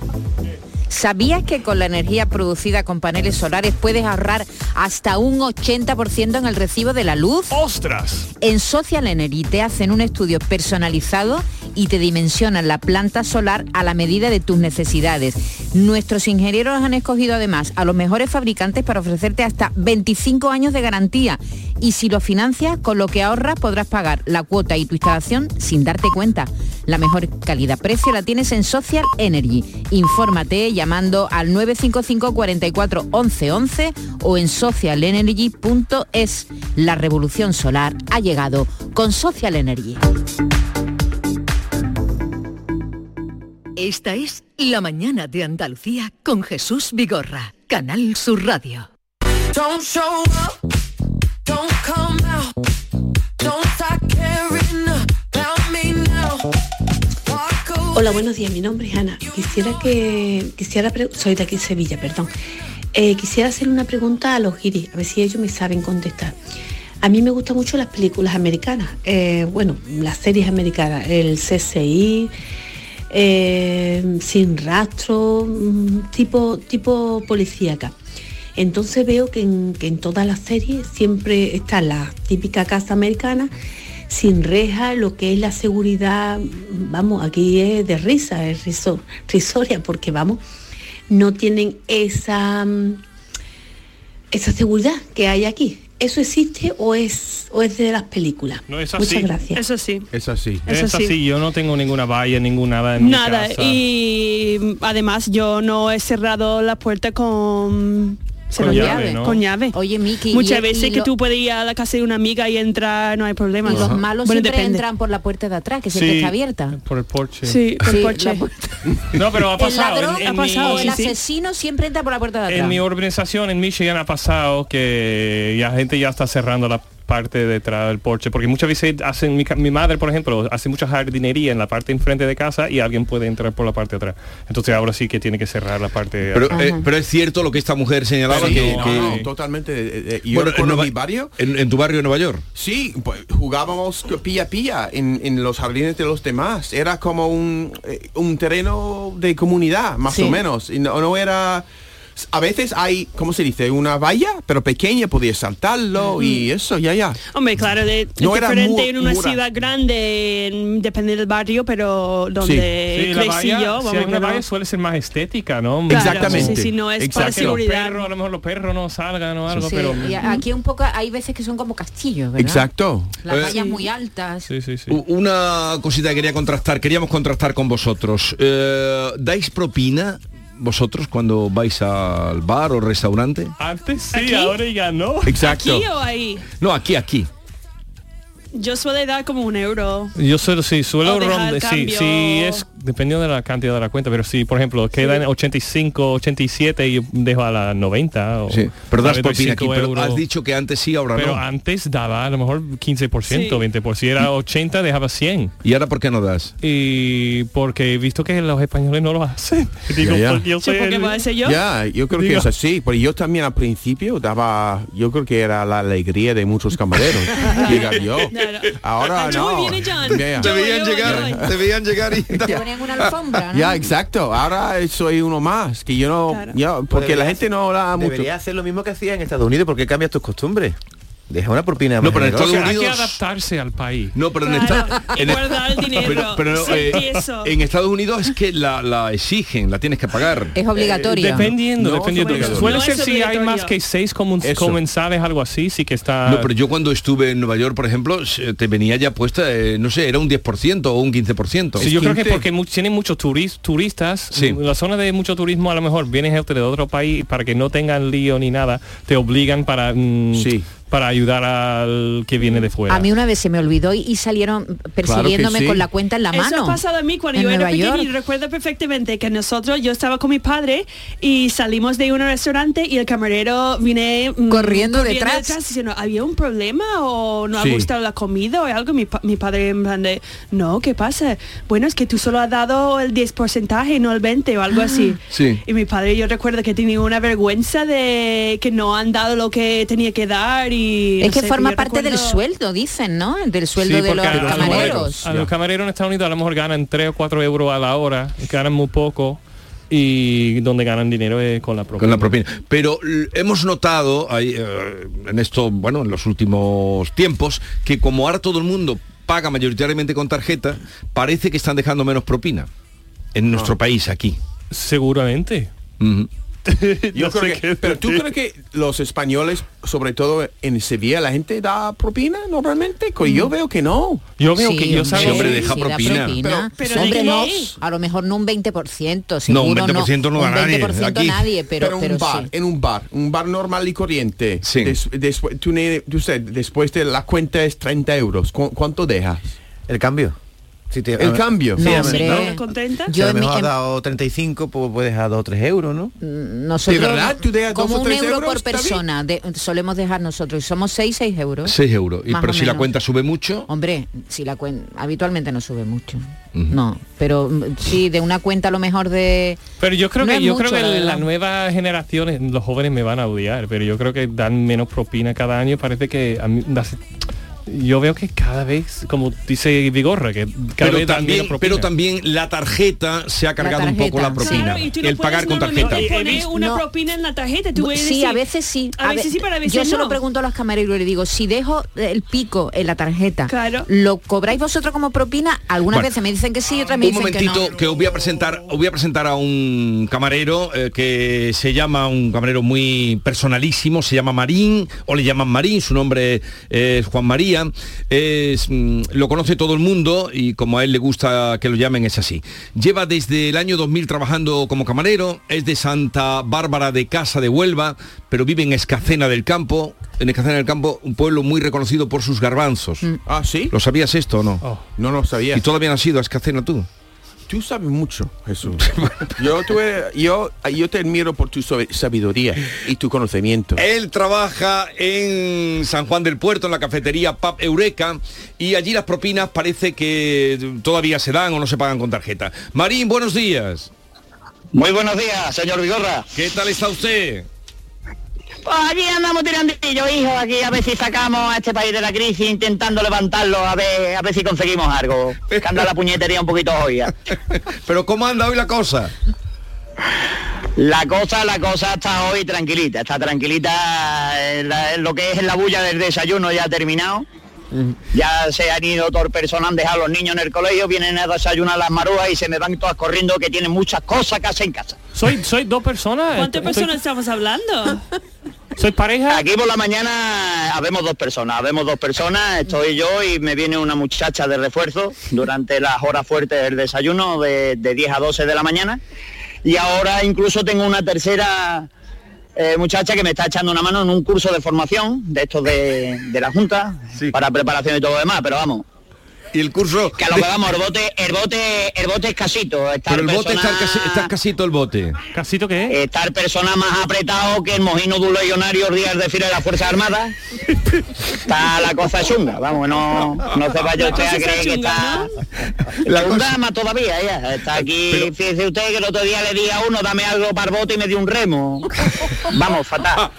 [SPEAKER 11] ¿Sabías que con la energía producida con paneles solares puedes ahorrar hasta un 80% en el recibo de la luz?
[SPEAKER 6] ¡Ostras!
[SPEAKER 11] En Social Energy te hacen un estudio personalizado y te dimensionan la planta solar a la medida de tus necesidades. Nuestros ingenieros han escogido además a los mejores fabricantes para ofrecerte hasta 25 años de garantía y si lo financias con lo que ahorras podrás pagar la cuota y tu instalación sin darte cuenta. La mejor calidad-precio la tienes en Social Energy. Infórmate llamando al 955 44 11 11 o en socialenergy.es. La revolución solar ha llegado con Social Energy.
[SPEAKER 2] Esta es La mañana de Andalucía con Jesús Vigorra, Canal Sur Radio.
[SPEAKER 17] Don't show up, don't come out, don't start caring about me now. Walk away.
[SPEAKER 18] Hola, buenos días. Mi nombre es Ana. Quisiera que quisiera pre- soy de aquí Sevilla, perdón. Eh, quisiera hacer una pregunta a los guiris, a ver si ellos me saben contestar. A mí me gustan mucho las películas americanas, eh, bueno, las series americanas, el CSI, eh, sin rastro, mm, tipo, tipo policíaca. Entonces veo que en, que en todas las series siempre está la típica casa americana sin reja, lo que es la seguridad, mm, vamos, aquí es de risa, es riso- risoria, porque vamos, no tienen esa, mm, esa seguridad que hay aquí. ¿Eso existe o es, o es de las películas?
[SPEAKER 6] No, es así.
[SPEAKER 18] Muchas gracias.
[SPEAKER 5] Eso sí.
[SPEAKER 6] Es así.
[SPEAKER 5] Eso
[SPEAKER 6] Es así,
[SPEAKER 5] sí.
[SPEAKER 6] yo no tengo ninguna valla, ninguna en mi
[SPEAKER 5] Nada,
[SPEAKER 6] casa.
[SPEAKER 5] y mm, además yo no he cerrado la puerta con...
[SPEAKER 6] Con llave, ¿no?
[SPEAKER 5] con llave.
[SPEAKER 11] Oye, Miki,
[SPEAKER 5] Muchas
[SPEAKER 11] y-
[SPEAKER 5] veces
[SPEAKER 11] y
[SPEAKER 5] que
[SPEAKER 11] lo-
[SPEAKER 5] tú puedes ir a la casa de una amiga y entrar, no hay problema.
[SPEAKER 11] Y los malos
[SPEAKER 5] Bueno,
[SPEAKER 11] siempre
[SPEAKER 5] depende.
[SPEAKER 11] entran por la puerta de atrás, que
[SPEAKER 5] Sí.
[SPEAKER 11] siempre está abierta.
[SPEAKER 6] Por el porche.
[SPEAKER 5] Sí, por el porche.
[SPEAKER 11] la puerta-
[SPEAKER 6] No, pero ha
[SPEAKER 11] El
[SPEAKER 6] pasado.
[SPEAKER 11] ladrón
[SPEAKER 6] en- en
[SPEAKER 11] ha pasado,
[SPEAKER 6] mi-
[SPEAKER 11] el asesino siempre entra por la puerta de atrás.
[SPEAKER 6] En mi organización en Michigan ha pasado que la gente ya está cerrando la parte de detrás del porche porque muchas veces hacen mi, ca- mi madre por ejemplo hace mucha jardinería en la parte enfrente de casa y alguien puede entrar por la parte de atrás entonces ahora sí que tiene que cerrar la parte de
[SPEAKER 4] Pero,
[SPEAKER 6] atrás.
[SPEAKER 4] eh, pero es cierto lo que esta mujer señalaba
[SPEAKER 6] Sí,
[SPEAKER 4] que,
[SPEAKER 6] no,
[SPEAKER 4] que-
[SPEAKER 6] no,
[SPEAKER 8] Totalmente. eh, eh, yo
[SPEAKER 4] Bueno,
[SPEAKER 8] recuerdo
[SPEAKER 4] Nueva-
[SPEAKER 8] mi barrio.
[SPEAKER 4] en- en tu barrio de Nueva York.
[SPEAKER 8] Sí, pues, jugábamos pilla-pilla en, en los jardines de los demás. Era como un, eh, un terreno de comunidad, más
[SPEAKER 19] Sí.
[SPEAKER 8] o menos. Y no, no era... A veces hay, ¿cómo se dice? Una valla, pero pequeña, podías saltarlo y
[SPEAKER 6] Mm.
[SPEAKER 8] eso, ya, ya.
[SPEAKER 5] Hombre, claro, de,
[SPEAKER 8] No
[SPEAKER 5] es
[SPEAKER 8] era
[SPEAKER 5] diferente
[SPEAKER 8] mu-
[SPEAKER 5] en una
[SPEAKER 8] mura.
[SPEAKER 5] ciudad grande, en- depende del barrio, pero donde
[SPEAKER 6] Sí, la
[SPEAKER 5] crecí yo,
[SPEAKER 6] valla, si
[SPEAKER 5] vamos
[SPEAKER 6] hay
[SPEAKER 5] que
[SPEAKER 6] una
[SPEAKER 5] no.
[SPEAKER 6] valla suele ser más estética, ¿no?
[SPEAKER 5] Claro, Exactamente. sí, sí, no es para
[SPEAKER 6] Exacto. Que los
[SPEAKER 5] seguridad.
[SPEAKER 6] perros, a lo mejor los perros no salgan o algo,
[SPEAKER 11] Sí,
[SPEAKER 6] pero...
[SPEAKER 11] y a- aquí un poco hay veces que son como castillos, ¿verdad? Las
[SPEAKER 4] Eh,
[SPEAKER 11] vallas muy altas.
[SPEAKER 4] u- Una cosita que quería contrastar, queríamos contrastar con vosotros. Eh, ¿Dais propina vosotros cuando vais al bar o restaurante?
[SPEAKER 6] Antes sí,
[SPEAKER 5] ¿Aquí?
[SPEAKER 6] ahora ya no.
[SPEAKER 4] Exacto.
[SPEAKER 5] ¿Aquí o ahí?
[SPEAKER 4] No, aquí, aquí.
[SPEAKER 5] Yo suele dar como un euro.
[SPEAKER 6] Yo suelo, sí,
[SPEAKER 5] O
[SPEAKER 6] suelo
[SPEAKER 5] dejar
[SPEAKER 6] rondar, sí,
[SPEAKER 5] cambio.
[SPEAKER 6] sí, es, dependiendo de la cantidad de la cuenta, pero sí, por ejemplo, quedan 85, 87 y yo dejo a la 90. O,
[SPEAKER 4] Sí, pero das
[SPEAKER 6] ¿sabes? Doy
[SPEAKER 4] propina aquí,
[SPEAKER 6] cinco
[SPEAKER 4] pero
[SPEAKER 6] euros.
[SPEAKER 4] has dicho que antes sí, ahora
[SPEAKER 6] Pero
[SPEAKER 4] no.
[SPEAKER 6] antes daba a lo mejor 15%, 20%, era 80, dejaba 100.
[SPEAKER 4] ¿Y ahora por qué no das?
[SPEAKER 6] Y porque he visto que los españoles no lo hacen. Digo,
[SPEAKER 8] ya.
[SPEAKER 6] porque yo soy el-
[SPEAKER 8] Ya, yo creo que
[SPEAKER 6] Digo,
[SPEAKER 8] es así. Pero yo también al principio daba, yo creo que era la alegría de muchos camareros. Llegar yo.
[SPEAKER 11] Ah,
[SPEAKER 8] Ahora no. Ya, ya.
[SPEAKER 4] Te veían llegar, te veían llegar y
[SPEAKER 8] Ya, exacto. Ahora soy uno más, que yo no, ya, porque la gente no habla mucho.
[SPEAKER 7] Debería hacer lo mismo que hacía en Estados Unidos porque cambias tus costumbres. Deja una propina.
[SPEAKER 4] No, pero en
[SPEAKER 7] generosa.
[SPEAKER 4] Estados Unidos-
[SPEAKER 6] hay que adaptarse al país.
[SPEAKER 4] No, pero en,
[SPEAKER 6] Claro,
[SPEAKER 4] Estados-
[SPEAKER 6] y
[SPEAKER 4] en est-
[SPEAKER 6] guardar el dinero,
[SPEAKER 4] pero- pero,
[SPEAKER 6] ser
[SPEAKER 4] eh,
[SPEAKER 6] tieso.
[SPEAKER 4] en Estados Unidos es que la, la exigen, la tienes que pagar.
[SPEAKER 11] Es obligatoria.
[SPEAKER 6] Eh, dependiendo,
[SPEAKER 4] No,
[SPEAKER 6] dependiendo.
[SPEAKER 4] es obligatorio.
[SPEAKER 6] Suele
[SPEAKER 4] No
[SPEAKER 6] ser
[SPEAKER 4] es
[SPEAKER 6] si hay
[SPEAKER 4] obligatorio.
[SPEAKER 6] más que seis comun-
[SPEAKER 4] Eso.
[SPEAKER 6] comensales, algo así, sí que está...
[SPEAKER 4] No, pero yo cuando estuve en Nueva York, por ejemplo, se- te venía ya puesta, eh, no sé, era un 10% o un 15%.
[SPEAKER 6] Sí, yo creo que porque mu- tienen muchos turis- turistas, m- la zona de mucho turismo a lo mejor viene gente de otro país y para que no tengan lío ni nada, te obligan para mm, para ayudar al que viene de fuera.
[SPEAKER 11] A mí una vez se me olvidó y, y salieron persiguiéndome
[SPEAKER 6] sí.
[SPEAKER 11] con la cuenta en la mano.
[SPEAKER 5] Eso ha pasado a mí cuando
[SPEAKER 11] en
[SPEAKER 5] yo era
[SPEAKER 11] Nueva
[SPEAKER 5] pequeña y
[SPEAKER 11] York.
[SPEAKER 5] recuerdo perfectamente que nosotros, yo estaba con mi padre y salimos de un restaurante y el camarero vine mm,
[SPEAKER 11] Corriendo detrás.
[SPEAKER 5] diciendo, ¿había un problema o no
[SPEAKER 11] Sí.
[SPEAKER 5] ha gustado la comida o algo? Mi, pa- mi padre en plan de, no, ¿qué pasa? Bueno, es que tú solo has dado el 10%, no el 20% o algo así.
[SPEAKER 4] Sí.
[SPEAKER 5] Y mi padre yo recuerdo que tenía una vergüenza de que no han dado lo que tenía que dar y...
[SPEAKER 11] Es
[SPEAKER 5] no
[SPEAKER 11] que
[SPEAKER 5] sé,
[SPEAKER 11] forma
[SPEAKER 5] yo
[SPEAKER 11] parte del
[SPEAKER 5] recuerdo-
[SPEAKER 11] sueldo, dicen, ¿no? Del sueldo
[SPEAKER 6] Sí,
[SPEAKER 11] de los
[SPEAKER 6] porque a lo mejor-
[SPEAKER 11] camareros.
[SPEAKER 6] A los camareros en Estados Unidos a lo mejor ganan 3 o 4 euros a la hora, ganan muy poco. y donde ganan dinero es con la propina.
[SPEAKER 4] Con la propina. Pero l- hemos notado ahí, eh, en esto, bueno, en los últimos tiempos, que como ahora todo el mundo paga mayoritariamente con tarjeta, parece que están dejando menos propina en nuestro país aquí.
[SPEAKER 6] Ah. Seguramente.
[SPEAKER 8] Yo creo que- pero tú crees que los españoles, sobre todo en Sevilla, la gente da propina normalmente, que yo veo que no.
[SPEAKER 6] Yo veo
[SPEAKER 11] Mm. Sí,
[SPEAKER 6] que yo
[SPEAKER 11] hombre,
[SPEAKER 6] salgo- Hombre, deja
[SPEAKER 11] sí, da
[SPEAKER 6] propina.
[SPEAKER 11] propina.
[SPEAKER 8] Pero- pero
[SPEAKER 11] Hombre,
[SPEAKER 8] ¿de
[SPEAKER 11] no,
[SPEAKER 8] qué?
[SPEAKER 11] a lo mejor no un 20%, seguro
[SPEAKER 8] No, un 20% no,
[SPEAKER 11] un
[SPEAKER 8] gana nadie.
[SPEAKER 11] 20%
[SPEAKER 8] aquí.
[SPEAKER 11] nadie, pero,
[SPEAKER 8] un
[SPEAKER 11] pero
[SPEAKER 8] bar,
[SPEAKER 11] sí.
[SPEAKER 8] en un bar, un bar normal y corriente. Des- despu- tú ne- tú sé, después de la cuenta es 30 euros. ¿Cu- ¿Cuánto dejas?
[SPEAKER 7] El cambio.
[SPEAKER 8] el cambio.
[SPEAKER 5] contenta?
[SPEAKER 7] Yo
[SPEAKER 11] Yo
[SPEAKER 7] a lo
[SPEAKER 11] en mi-
[SPEAKER 7] mejor has
[SPEAKER 11] en- Mm,
[SPEAKER 7] dado 35, pues puedes dejar 2 o 3 euros, ¿no?
[SPEAKER 11] Nosotros, como
[SPEAKER 7] o
[SPEAKER 11] un
[SPEAKER 7] tres
[SPEAKER 11] euro
[SPEAKER 7] euros,
[SPEAKER 11] por
[SPEAKER 7] está
[SPEAKER 11] persona, de- solemos dejar nosotros, y somos 6, 6 euros.
[SPEAKER 4] 6 euros. Y,
[SPEAKER 11] Más
[SPEAKER 4] pero
[SPEAKER 11] o
[SPEAKER 4] si la
[SPEAKER 11] menos.
[SPEAKER 4] cuenta sube mucho...
[SPEAKER 11] Hombre, si la cuen- habitualmente no sube mucho. No, pero mm, sí, de una cuenta a lo mejor de...
[SPEAKER 6] Pero yo creo
[SPEAKER 11] No
[SPEAKER 6] que
[SPEAKER 11] es
[SPEAKER 6] yo
[SPEAKER 11] mucho,
[SPEAKER 6] creo que
[SPEAKER 11] la verdad.
[SPEAKER 6] las nuevas generaciones, eh, los jóvenes me van a odiar, pero yo creo que dan menos propina cada año. Parece que a mí- das- yo veo que cada vez, como dice Vigorra, que cada
[SPEAKER 4] Pero
[SPEAKER 6] vez dan
[SPEAKER 4] también,
[SPEAKER 6] menos propina.
[SPEAKER 4] pero también la tarjeta se ha cargado un poco la
[SPEAKER 6] tarjeta.
[SPEAKER 4] propina.
[SPEAKER 6] Claro,
[SPEAKER 5] y tú no
[SPEAKER 4] el pagar con
[SPEAKER 5] puedes
[SPEAKER 4] tarjeta.
[SPEAKER 5] normalmente poner una
[SPEAKER 11] No.
[SPEAKER 5] propina en la tarjeta. Tú puedes
[SPEAKER 11] sí,
[SPEAKER 5] decir-
[SPEAKER 11] a veces sí.
[SPEAKER 5] A veces
[SPEAKER 11] ve-
[SPEAKER 5] sí, pero a veces
[SPEAKER 11] Yo se lo
[SPEAKER 5] no.
[SPEAKER 11] pregunto a los camareros y le digo, si dejo el pico en la tarjeta, ¿lo cobráis vosotros como propina? Algunas
[SPEAKER 4] Bueno.
[SPEAKER 11] veces me dicen que sí, otras me
[SPEAKER 4] Un
[SPEAKER 11] dicen que no.
[SPEAKER 4] momentito que, os voy a presentar, os voy a presentar a un camarero eh, que se llama un camarero muy personalísimo, se llama Marín o le llaman Marín, su nombre es Juan María, es, mm, lo conoce todo el mundo y como a él le gusta que lo llamen es así. Lleva desde el año 2000 trabajando como camarero, es de Santa Bárbara de Casa de Huelva, pero vive en Escacena del Campo, en Escacena del Campo, un pueblo muy reconocido por sus garbanzos.
[SPEAKER 8] Ah, sí.
[SPEAKER 4] ¿Lo sabías esto o no?
[SPEAKER 8] No lo sabía.
[SPEAKER 4] Y todavía no has ido a Escacena tú.
[SPEAKER 8] Tú sabes mucho, Jesús. yo, tuve- yo, yo te admiro por tu sabe- sabiduría y tu conocimiento.
[SPEAKER 4] Él trabaja en San Juan del Puerto, en la cafetería Pub Eureka, y allí las propinas parece que todavía se dan o no se pagan con tarjeta. Marín, buenos días.
[SPEAKER 19] Muy buenos días, señor Vigorra.
[SPEAKER 4] ¿Qué tal está usted?
[SPEAKER 19] Pues aquí andamos tirandillo, hijo, aquí a ver si sacamos a este país de la crisis, intentando levantarlo, a ver, a ver si conseguimos algo. Que anda la puñetería un poquito hoy.
[SPEAKER 4] Pero ¿cómo anda hoy la cosa?
[SPEAKER 19] La cosa, la cosa está hoy tranquilita, está tranquilita, eh, la- lo que es la bulla del desayuno ya ha terminado. Ya se han ido todo el personal, dejar a los niños en el colegio, vienen a desayunar las marujas y se me van todas corriendo que tienen muchas cosas que hacer en casa.
[SPEAKER 6] Soy, soy dos personas.
[SPEAKER 5] ¿Cuántas
[SPEAKER 6] Estoy-
[SPEAKER 5] personas estamos hablando?
[SPEAKER 6] ¿Sois pareja?
[SPEAKER 19] Aquí por la mañana habemos dos personas, habemos dos personas, estoy yo y me viene una muchacha de refuerzo durante las horas fuertes del desayuno de, de 10 a 12 de la mañana. Y ahora incluso tengo una tercera eh, muchacha que me está echando una mano en un curso de formación de estos de, de la Junta para preparación y todo lo demás, pero vamos.
[SPEAKER 4] Y el curso...
[SPEAKER 19] Que a lo que vamos, el bote, el bote, el bote es casito. Está
[SPEAKER 4] Pero el bote está,
[SPEAKER 19] personal-
[SPEAKER 4] casi, está casito el bote.
[SPEAKER 6] ¿Casito qué
[SPEAKER 19] estar persona más apretado que el mojino de un legionario Díaz de fila de las Fuerzas Armadas. Está la cosa chunga, vamos, no, no se vaya
[SPEAKER 17] La
[SPEAKER 19] usted a ah.
[SPEAKER 17] cosa está
[SPEAKER 19] creer que está... La cosa más todavía, ya. Está aquí, fíjese usted que el otro día le di a uno, dame algo para el bote y me dio un remo. Vamos, fatal.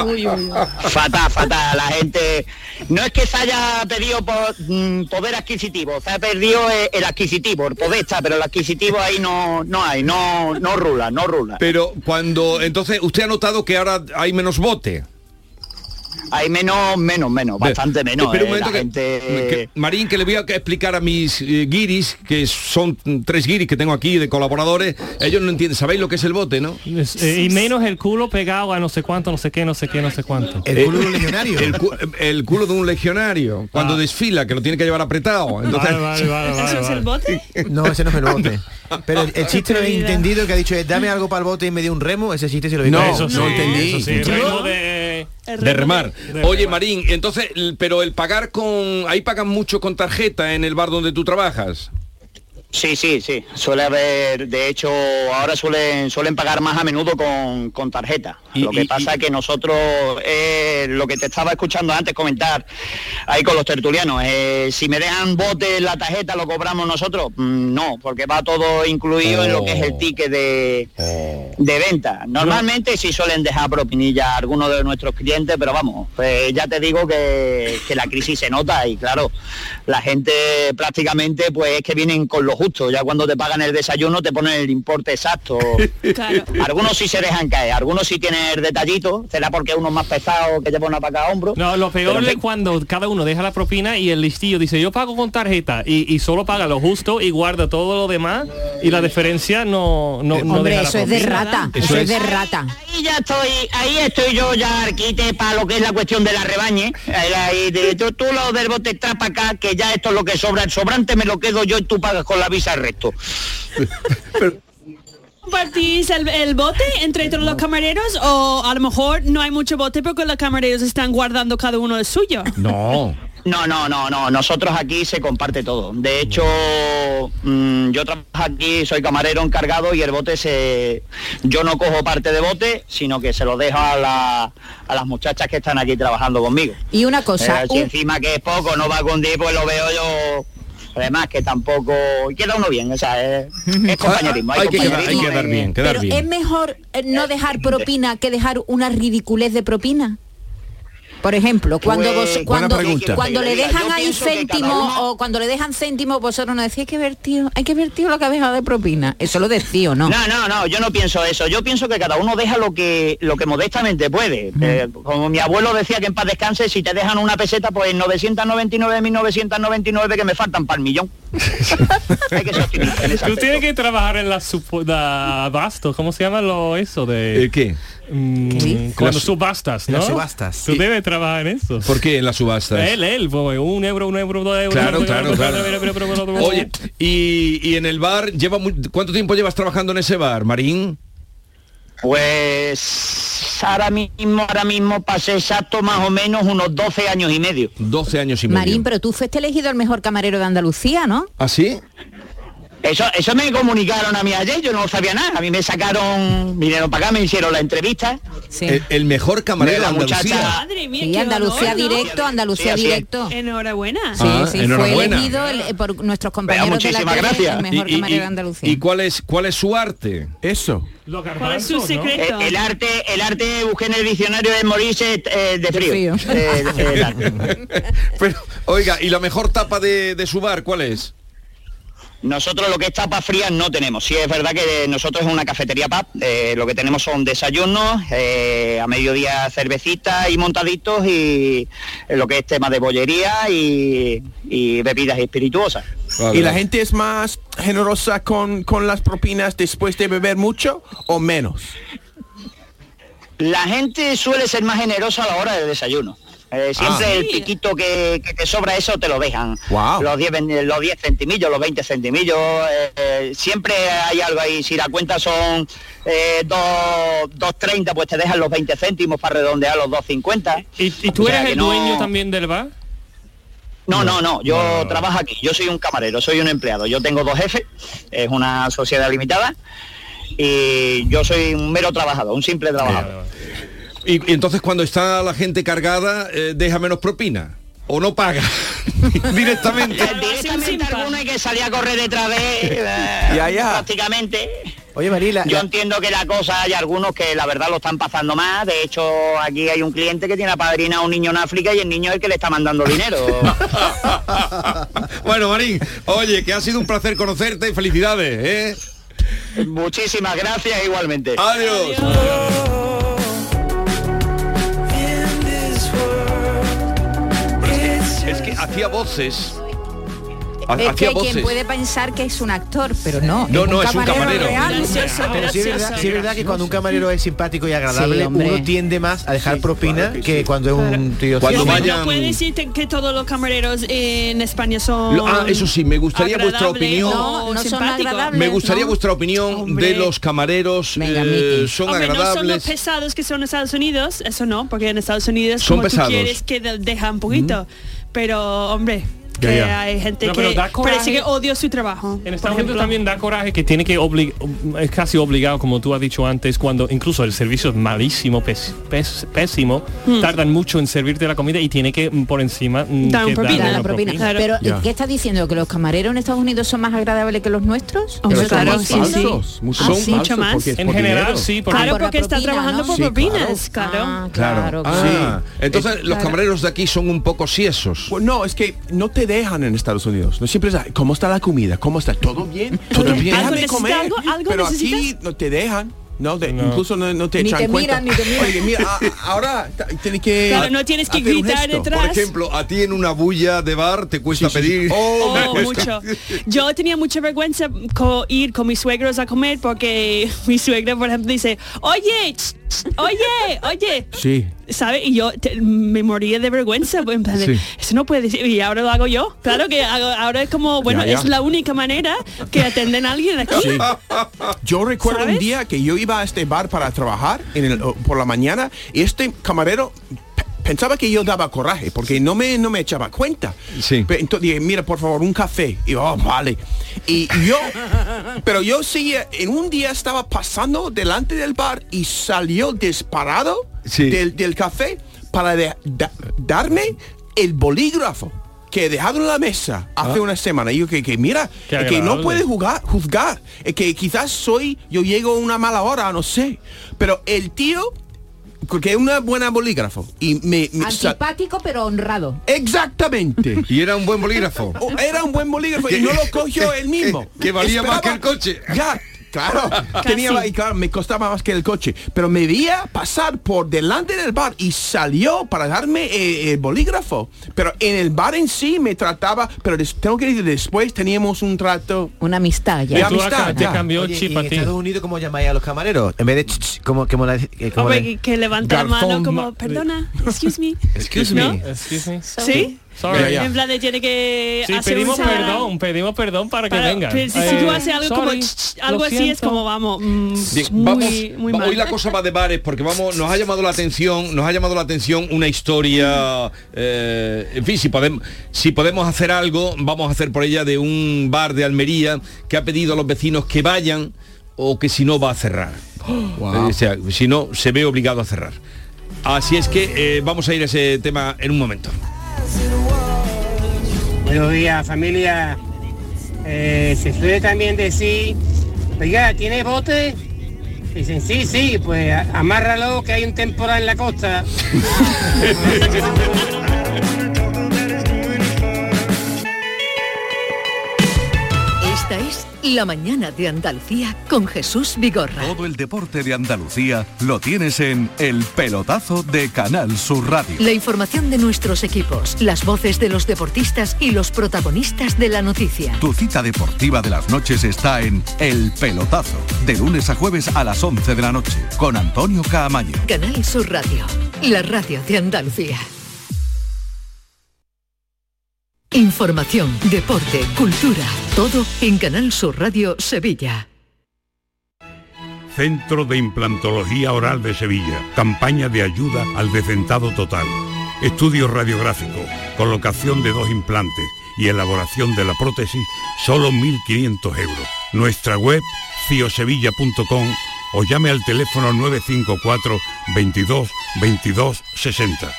[SPEAKER 19] Fatal, fatal. La gente... No es que se haya pedido po- mm, poder adquisitivo, se ha perdido eh, el adquisitivo, el poder está, pero el adquisitivo ahí no, no hay, no, no rula, no rula.
[SPEAKER 4] Pero cuando... Entonces, usted ha notado que ahora hay menos bote.
[SPEAKER 19] Hay menos, eh, menos, menos, bastante menos.
[SPEAKER 4] Espera un
[SPEAKER 19] eh, la
[SPEAKER 4] momento que-
[SPEAKER 19] gente-
[SPEAKER 4] que- Marín, que le voy a explicar a mis eh, guiris, que son mm, tres guiris que tengo aquí de colaboradores, ellos no entienden, ¿sabéis lo que es el bote, no?
[SPEAKER 6] Es- eh, y menos el culo pegado a no sé cuánto, no sé qué, no sé qué, no sé cuánto.
[SPEAKER 4] Eh, El, cu- el culo de un legionario, cuando desfila, que lo tiene que llevar apretado. Entonces,
[SPEAKER 6] Ah. Vale, vale, vale, ¿Eso es el
[SPEAKER 5] bote?
[SPEAKER 7] No, ese no es el bote. Pero el, el chiste lo he
[SPEAKER 6] Vida.
[SPEAKER 7] entendido que ha dicho es dame algo para el bote y me dio un remo, ese chiste se lo he
[SPEAKER 4] No,
[SPEAKER 7] entendido.
[SPEAKER 4] no entendí.
[SPEAKER 6] Eso sí, el ritmo de...
[SPEAKER 4] de remar. Oye, Marín, entonces, l- pero el pagar con... Ahí pagan mucho con tarjeta en el bar donde tú trabajas.
[SPEAKER 19] Sí, sí, sí. Suele haber, de hecho, ahora suelen, suelen pagar más a menudo con, con tarjeta. lo que pasa es que nosotros, eh, lo que te estaba escuchando antes comentar ahí con los tertulianos, eh, si me dejan bote en la tarjeta, ¿lo cobramos nosotros? Mm, No, porque va todo incluido en lo que es el ticket de, de venta. Normalmente sí suelen dejar propinilla a algunos de nuestros clientes, pero vamos, pues ya te digo que, que la crisis se nota y claro, la gente prácticamente pues es que vienen con lo justo justo. Ya cuando te pagan el desayuno te ponen el importe exacto. Algunos sí se dejan caer, algunos sí tienen el detallito. Será porque uno es más pesado que lleva una para cada hombro.
[SPEAKER 6] No, lo peor es cuando cada uno deja la propina y el listillo dice yo pago con tarjeta y, y solo paga lo justo y guarda todo lo demás y la diferencia no no, no
[SPEAKER 11] Hombre,
[SPEAKER 6] deja la
[SPEAKER 11] eso es de
[SPEAKER 6] propina.
[SPEAKER 11] rata, eso, es de rata.
[SPEAKER 19] Ahí ya estoy, ahí estoy yo ya arquite para lo que es la cuestión de la rebañe. Ahí la- ahí de- tú, tú lo del bote trae para acá, que ya esto es lo que sobra. El sobrante me lo quedo yo y tú pagas con la visa el resto.
[SPEAKER 5] ¿Compartís el, el bote entre todos los camareros o a lo mejor no hay mucho bote porque los camareros están guardando cada uno el suyo?
[SPEAKER 4] No.
[SPEAKER 19] No, no, no, no. Nosotros aquí se comparte todo. De hecho, mm, yo trabajo aquí, soy camarero encargado y el bote se... Yo no cojo parte de bote, sino que se lo dejo a, la- a las muchachas que están aquí trabajando conmigo.
[SPEAKER 11] Y una cosa,
[SPEAKER 19] Eh, si
[SPEAKER 11] un-
[SPEAKER 19] encima que es poco, no va con 10, pues lo veo yo... Además que tampoco... Y queda uno bien, o sea, es, es compañerismo.
[SPEAKER 4] Hay que quedar- hay que
[SPEAKER 19] compañerismo
[SPEAKER 4] quedar
[SPEAKER 19] en-
[SPEAKER 4] bien, quedar
[SPEAKER 11] pero es mejor eh, no dejar propina que dejar una ridiculez de propina. Por ejemplo, cuando
[SPEAKER 19] Pues,
[SPEAKER 11] vos-
[SPEAKER 19] buena
[SPEAKER 11] cuando
[SPEAKER 19] pregunta.
[SPEAKER 11] cuando le
[SPEAKER 19] Mira, yo
[SPEAKER 11] dejan ahí
[SPEAKER 19] pienso que
[SPEAKER 11] céntimo
[SPEAKER 19] cada uno-
[SPEAKER 11] o cuando le dejan céntimo, vosotros no decís "Hay que vertido, hay que vertido lo que ha dejado de propina. Eso lo decís o no.
[SPEAKER 19] No, no, no, yo no pienso eso. Yo pienso que cada uno deja lo que lo que modestamente puede.
[SPEAKER 11] Mm.
[SPEAKER 19] Eh, como mi abuelo decía que en paz descanse, si te dejan una peseta, pues 999.999 que me faltan para el millón.
[SPEAKER 6] Tú tienes que trabajar en la, supo- la abasto, ¿cómo se llama lo eso de
[SPEAKER 4] ¿El Eh, qué?
[SPEAKER 6] Mm, cuando
[SPEAKER 4] Las-
[SPEAKER 6] subastas, ¿no?
[SPEAKER 4] las subastas.
[SPEAKER 6] Tú
[SPEAKER 4] Sí.
[SPEAKER 6] debes trabajar en eso.
[SPEAKER 4] ¿Por qué en la subasta?
[SPEAKER 6] Él, él, pues, un euro, un euro, dos euros.
[SPEAKER 4] Claro,
[SPEAKER 6] dos
[SPEAKER 4] claro,
[SPEAKER 6] euros,
[SPEAKER 4] claro.
[SPEAKER 6] dos euros, dos euros, dos euros.
[SPEAKER 4] Oye, y, y en el bar, lleva mu- ¿cuánto tiempo llevas trabajando en ese bar, Marín?
[SPEAKER 19] Pues ahora mismo, ahora mismo pasé exacto más o menos unos 12 años y medio.
[SPEAKER 4] 12 años y
[SPEAKER 11] Marín, pero tú fuiste elegido el mejor camarero de Andalucía, ¿no?
[SPEAKER 4] ¿Ah, sí?
[SPEAKER 19] Eso, eso me comunicaron a mí ayer, yo no sabía nada. A mí me sacaron, vinieron para acá, me hicieron la entrevista.
[SPEAKER 4] El, el mejor camarero de
[SPEAKER 19] La muchacha-
[SPEAKER 4] Andalucía.
[SPEAKER 5] Madre mía,
[SPEAKER 11] Sí,
[SPEAKER 5] qué
[SPEAKER 11] Andalucía
[SPEAKER 5] honor, ¿no?
[SPEAKER 11] directo, Andalucía
[SPEAKER 4] así es.
[SPEAKER 11] directo.
[SPEAKER 5] Enhorabuena.
[SPEAKER 11] Sí,
[SPEAKER 4] Ah,
[SPEAKER 11] sí, fue
[SPEAKER 4] enhorabuena.
[SPEAKER 11] elegido el- eh, por nuestros compañeros de la
[SPEAKER 4] Muchísimas
[SPEAKER 11] tele
[SPEAKER 4] gracias.
[SPEAKER 11] el mejor
[SPEAKER 4] Y- y-
[SPEAKER 11] camarero de
[SPEAKER 4] y-
[SPEAKER 11] Andalucía.
[SPEAKER 4] ¿Y cuál es, cuál es su arte? Eso.
[SPEAKER 5] ¿Cuál es su secreto?
[SPEAKER 19] El, el arte, el arte busqué en el diccionario de morirse eh, de frío. Eh, el arte.
[SPEAKER 4] Pero, oiga, ¿y la mejor tapa de, de su bar cuál es?
[SPEAKER 19] Nosotros lo que es tapas frías no tenemos. Sí es verdad que nosotros es una cafetería pub. eh, lo que tenemos son desayunos, eh, a mediodía cervecitas y montaditos y eh, lo que es tema de bollería y, y bebidas espirituosas.
[SPEAKER 8] ¿Y la gente es más generosa con, con las propinas después de beber mucho o menos?
[SPEAKER 19] La gente suele ser más generosa a la hora del desayuno. Eh, siempre
[SPEAKER 8] Ah.
[SPEAKER 19] el piquito que, que te sobra eso te lo dejan. Los 10 ven- los 10 centimillos, los 20 centimillos, eh, eh, siempre hay algo ahí. Si la cuenta son eh, dos- 2.30, pues te dejan los 20 céntimos para redondear los 2.50.
[SPEAKER 6] ¿Y, y tú
[SPEAKER 19] O sea
[SPEAKER 6] eres
[SPEAKER 19] que
[SPEAKER 6] el
[SPEAKER 19] no-
[SPEAKER 6] dueño también del bar?
[SPEAKER 19] No, no, no, yo trabajo aquí, yo soy un camarero, soy un empleado, yo tengo dos jefes, es una sociedad limitada y yo soy un mero trabajador, un simple trabajador.
[SPEAKER 4] Ah. Y, y entonces cuando está la gente cargada, eh, deja menos propina. O no paga. Directamente.
[SPEAKER 19] Directamente alguno hay que salir a correr detrás de eh,
[SPEAKER 4] Ya, ya.
[SPEAKER 19] prácticamente.
[SPEAKER 7] Oye, Marila,
[SPEAKER 19] Yo entiendo que la cosa hay algunos que la verdad lo están pasando más. De hecho, aquí hay un cliente que tiene apadrinado a un niño en África y el niño es el que le está mandando dinero.
[SPEAKER 4] Bueno, Marín, oye, que ha sido un placer conocerte y felicidades,
[SPEAKER 19] ¿eh? Muchísimas gracias igualmente.
[SPEAKER 4] Adiós. Es que hacía voces. Ha-
[SPEAKER 11] Es
[SPEAKER 4] Hacía
[SPEAKER 11] que quien
[SPEAKER 4] voces.
[SPEAKER 11] puede pensar que es un actor, pero no.
[SPEAKER 4] No, no, es un camarero.
[SPEAKER 11] real.
[SPEAKER 4] Gracioso,
[SPEAKER 7] Pero sí es verdad, sí es verdad que cuando un camarero es simpático y
[SPEAKER 11] Sí,
[SPEAKER 7] agradable,
[SPEAKER 11] hombre.
[SPEAKER 7] uno tiende más a dejar propina que, cuando es un tío.
[SPEAKER 4] Cuando
[SPEAKER 7] serio.
[SPEAKER 4] vayan-
[SPEAKER 5] No puede decirte que todos los camareros en España son.
[SPEAKER 4] Lo- Ah, eso sí, me gustaría vuestra
[SPEAKER 5] agradables
[SPEAKER 4] opinión.
[SPEAKER 5] o simpáticos.
[SPEAKER 4] Me gustaría vuestra opinión de los camareros. eh, son
[SPEAKER 5] Hombre, no son los
[SPEAKER 4] agradables.
[SPEAKER 5] pesados que son en Estados Unidos, eso no, porque en Estados Unidos
[SPEAKER 4] Son
[SPEAKER 5] como
[SPEAKER 4] pesados.
[SPEAKER 5] tú quieres que de- deja un poquito, pero hombre,
[SPEAKER 6] Ya,
[SPEAKER 5] que
[SPEAKER 6] ya.
[SPEAKER 5] hay gente
[SPEAKER 6] No, pero
[SPEAKER 5] que
[SPEAKER 6] da coraje.
[SPEAKER 5] parece que odia su trabajo. En
[SPEAKER 6] Estados Unidos también da coraje que tiene que obli- es casi obligado, como tú has dicho antes, cuando incluso el servicio es malísimo, pés- pés- pésimo,
[SPEAKER 11] Mm.
[SPEAKER 6] tardan mucho en servirte la comida y tiene que mm, por encima mm, que
[SPEAKER 11] Dar una
[SPEAKER 6] dar
[SPEAKER 11] propina,
[SPEAKER 6] una
[SPEAKER 11] la propina. Pero
[SPEAKER 6] Ya.
[SPEAKER 11] ¿qué estás diciendo? ¿Que los camareros en Estados Unidos son más agradables que los nuestros?
[SPEAKER 6] Hombre,
[SPEAKER 11] ¿Estás
[SPEAKER 6] claro, sí,
[SPEAKER 11] diciendo?
[SPEAKER 6] sí. Mucho
[SPEAKER 11] Ah,
[SPEAKER 6] son
[SPEAKER 11] sí.
[SPEAKER 6] falsos, porque es
[SPEAKER 11] En
[SPEAKER 6] por
[SPEAKER 11] general,
[SPEAKER 6] dinero.
[SPEAKER 11] sí, porque-
[SPEAKER 5] claro,
[SPEAKER 11] Ah, por la
[SPEAKER 5] porque está
[SPEAKER 11] propina,
[SPEAKER 5] trabajando
[SPEAKER 11] ¿no?
[SPEAKER 5] por
[SPEAKER 11] Sí, claro.
[SPEAKER 5] propinas, claro. Eh,
[SPEAKER 4] Claro.
[SPEAKER 8] claro.
[SPEAKER 4] Ah, Entonces
[SPEAKER 8] Es-
[SPEAKER 4] los
[SPEAKER 8] claro.
[SPEAKER 4] camareros de aquí son un poco siesos.
[SPEAKER 8] Pues no, es que no te me dejan en Estados Unidos. No siempre es, "Ay, ¿cómo está la comida? ¿Cómo está? ¿Todo bien? ¿Todo bien?
[SPEAKER 5] ¿Algo
[SPEAKER 8] Déjame
[SPEAKER 5] necesitas?
[SPEAKER 8] comer.
[SPEAKER 5] ¿Algo- algo
[SPEAKER 8] Pero aquí
[SPEAKER 5] necesitas?
[SPEAKER 8] no te dejan. No, te- incluso no, no te
[SPEAKER 5] Ni
[SPEAKER 8] echan
[SPEAKER 5] te
[SPEAKER 8] cuenta.
[SPEAKER 5] miran, ni te miran.
[SPEAKER 8] Oye, mira, a- a- ahora t- tienes que...
[SPEAKER 5] Claro, no tienes que
[SPEAKER 8] hacer un
[SPEAKER 5] gritar
[SPEAKER 8] gesto.
[SPEAKER 5] detrás.
[SPEAKER 4] Por ejemplo, a ti en una bulla de bar te cuesta pedir.
[SPEAKER 5] Oh, mucho. Yo tenía mucha vergüenza co- ir con mis suegros a comer porque mi suegra, por ejemplo, dice, oye, ch, ch, oye, oye.
[SPEAKER 8] Sí.
[SPEAKER 5] ¿Sabe? Y yo te- me moría de vergüenza. pues, en plan de,
[SPEAKER 8] Sí.
[SPEAKER 5] Eso no puede decir. Y ahora lo hago yo. Claro que hago- ahora es como, bueno,
[SPEAKER 8] Ya, ya.
[SPEAKER 5] es la única manera que atenden a alguien aquí.
[SPEAKER 8] Sí. Yo recuerdo un
[SPEAKER 5] ¿Sabes?
[SPEAKER 8] día que yo iba a este bar para trabajar en el- por la mañana y este camarero pe- pensaba que yo daba coraje porque no me, no me echaba cuenta. Pe- Entonces dije, mira, por favor, un café. Y yo, "Oh, vale. Y yo, pero yo seguía, en un día estaba pasando delante del bar y salió disparado del, del café para de- da- darme el bolígrafo que he dejado en la mesa hace
[SPEAKER 7] Ah.
[SPEAKER 8] una semana. Y yo que, que mira,
[SPEAKER 7] Qué
[SPEAKER 8] es que no
[SPEAKER 7] agradable.
[SPEAKER 8] puede jugar, juzgar. Es que quizás soy, yo llego a una mala hora, no sé. Pero el tío, porque es una buena bolígrafo. Y me, me sa-
[SPEAKER 11] Antipático pero honrado.
[SPEAKER 8] Exactamente.
[SPEAKER 4] Y era un buen bolígrafo.
[SPEAKER 8] O- Era un buen bolígrafo y no lo cogió él mismo.
[SPEAKER 4] Que valía más que el
[SPEAKER 8] coche. Ya, claro.
[SPEAKER 4] Casi.
[SPEAKER 8] Tenía, y claro, me costaba más que el coche. Pero me veía pasar por delante del bar y salió para darme eh, el bolígrafo. Pero en el bar en sí me trataba, pero des- tengo que decir, después teníamos un trato.
[SPEAKER 11] Una amistad
[SPEAKER 8] ya. De amistad, ya.
[SPEAKER 7] Oye, y en Estados Unidos, ¿cómo llamáis a los camareros? En vez de ch, ch, ¿cómo, cómo la- eh, cómo
[SPEAKER 5] Hombre,
[SPEAKER 7] la-
[SPEAKER 5] que- que levanta la
[SPEAKER 7] Garzón
[SPEAKER 5] mano
[SPEAKER 7] ma-
[SPEAKER 5] como, perdona, excuse me.
[SPEAKER 7] Excuse
[SPEAKER 5] ¿No?
[SPEAKER 7] me.
[SPEAKER 6] Excuse me.
[SPEAKER 5] ¿Sí?
[SPEAKER 6] Sorry. Ya, ya.
[SPEAKER 5] En plan de tiene que
[SPEAKER 6] Sí,
[SPEAKER 5] hacer
[SPEAKER 6] pedimos
[SPEAKER 5] una-
[SPEAKER 6] perdón, pedimos perdón para que
[SPEAKER 5] Para-
[SPEAKER 6] vengan.
[SPEAKER 5] pero si, si tú haces algo como
[SPEAKER 6] sorry,
[SPEAKER 5] ch- ch- algo
[SPEAKER 6] lo
[SPEAKER 5] así es
[SPEAKER 6] siento.
[SPEAKER 5] como vamos mm,
[SPEAKER 4] Bien,
[SPEAKER 5] muy,
[SPEAKER 4] vamos,
[SPEAKER 5] muy
[SPEAKER 4] va-
[SPEAKER 5] mal.
[SPEAKER 4] hoy la cosa va de bares porque vamos, nos ha llamado la atención, nos ha llamado la atención una historia, eh, en fin, si podemos, si podemos hacer algo, vamos a hacer por ella de un bar de Almería que ha pedido a los vecinos que vayan o que si no va a cerrar. Eh, o sea, si no se ve obligado a cerrar. Así es que eh, vamos a ir a ese tema en un momento.
[SPEAKER 20] Buenos días, familia. Eh, se suele también decir, oiga, ¿tiene bote? Dicen, sí, sí, pues a- amárralo que hay un temporal en la costa.
[SPEAKER 2] Esta es La mañana de Andalucía con Jesús Vigorra.
[SPEAKER 21] Todo el deporte de Andalucía lo tienes en El Pelotazo de Canal Sur Radio.
[SPEAKER 2] La información de nuestros equipos, las voces de los deportistas y los protagonistas de la noticia.
[SPEAKER 21] Tu cita deportiva de las noches está en El Pelotazo, de lunes a jueves a las 11 de la noche, con Antonio Caamaño.
[SPEAKER 2] Canal Sur Radio, la radio de Andalucía. Información, deporte, cultura, todo en Canal Sur Radio Sevilla.
[SPEAKER 22] Centro de Implantología Oral de Sevilla. Campaña de ayuda al desentado total. Estudio radiográfico, colocación de dos implantes y elaboración de la prótesis, solo 1.500 euros. Nuestra web, ciosevilla.com o llame al teléfono 954 22 22 60.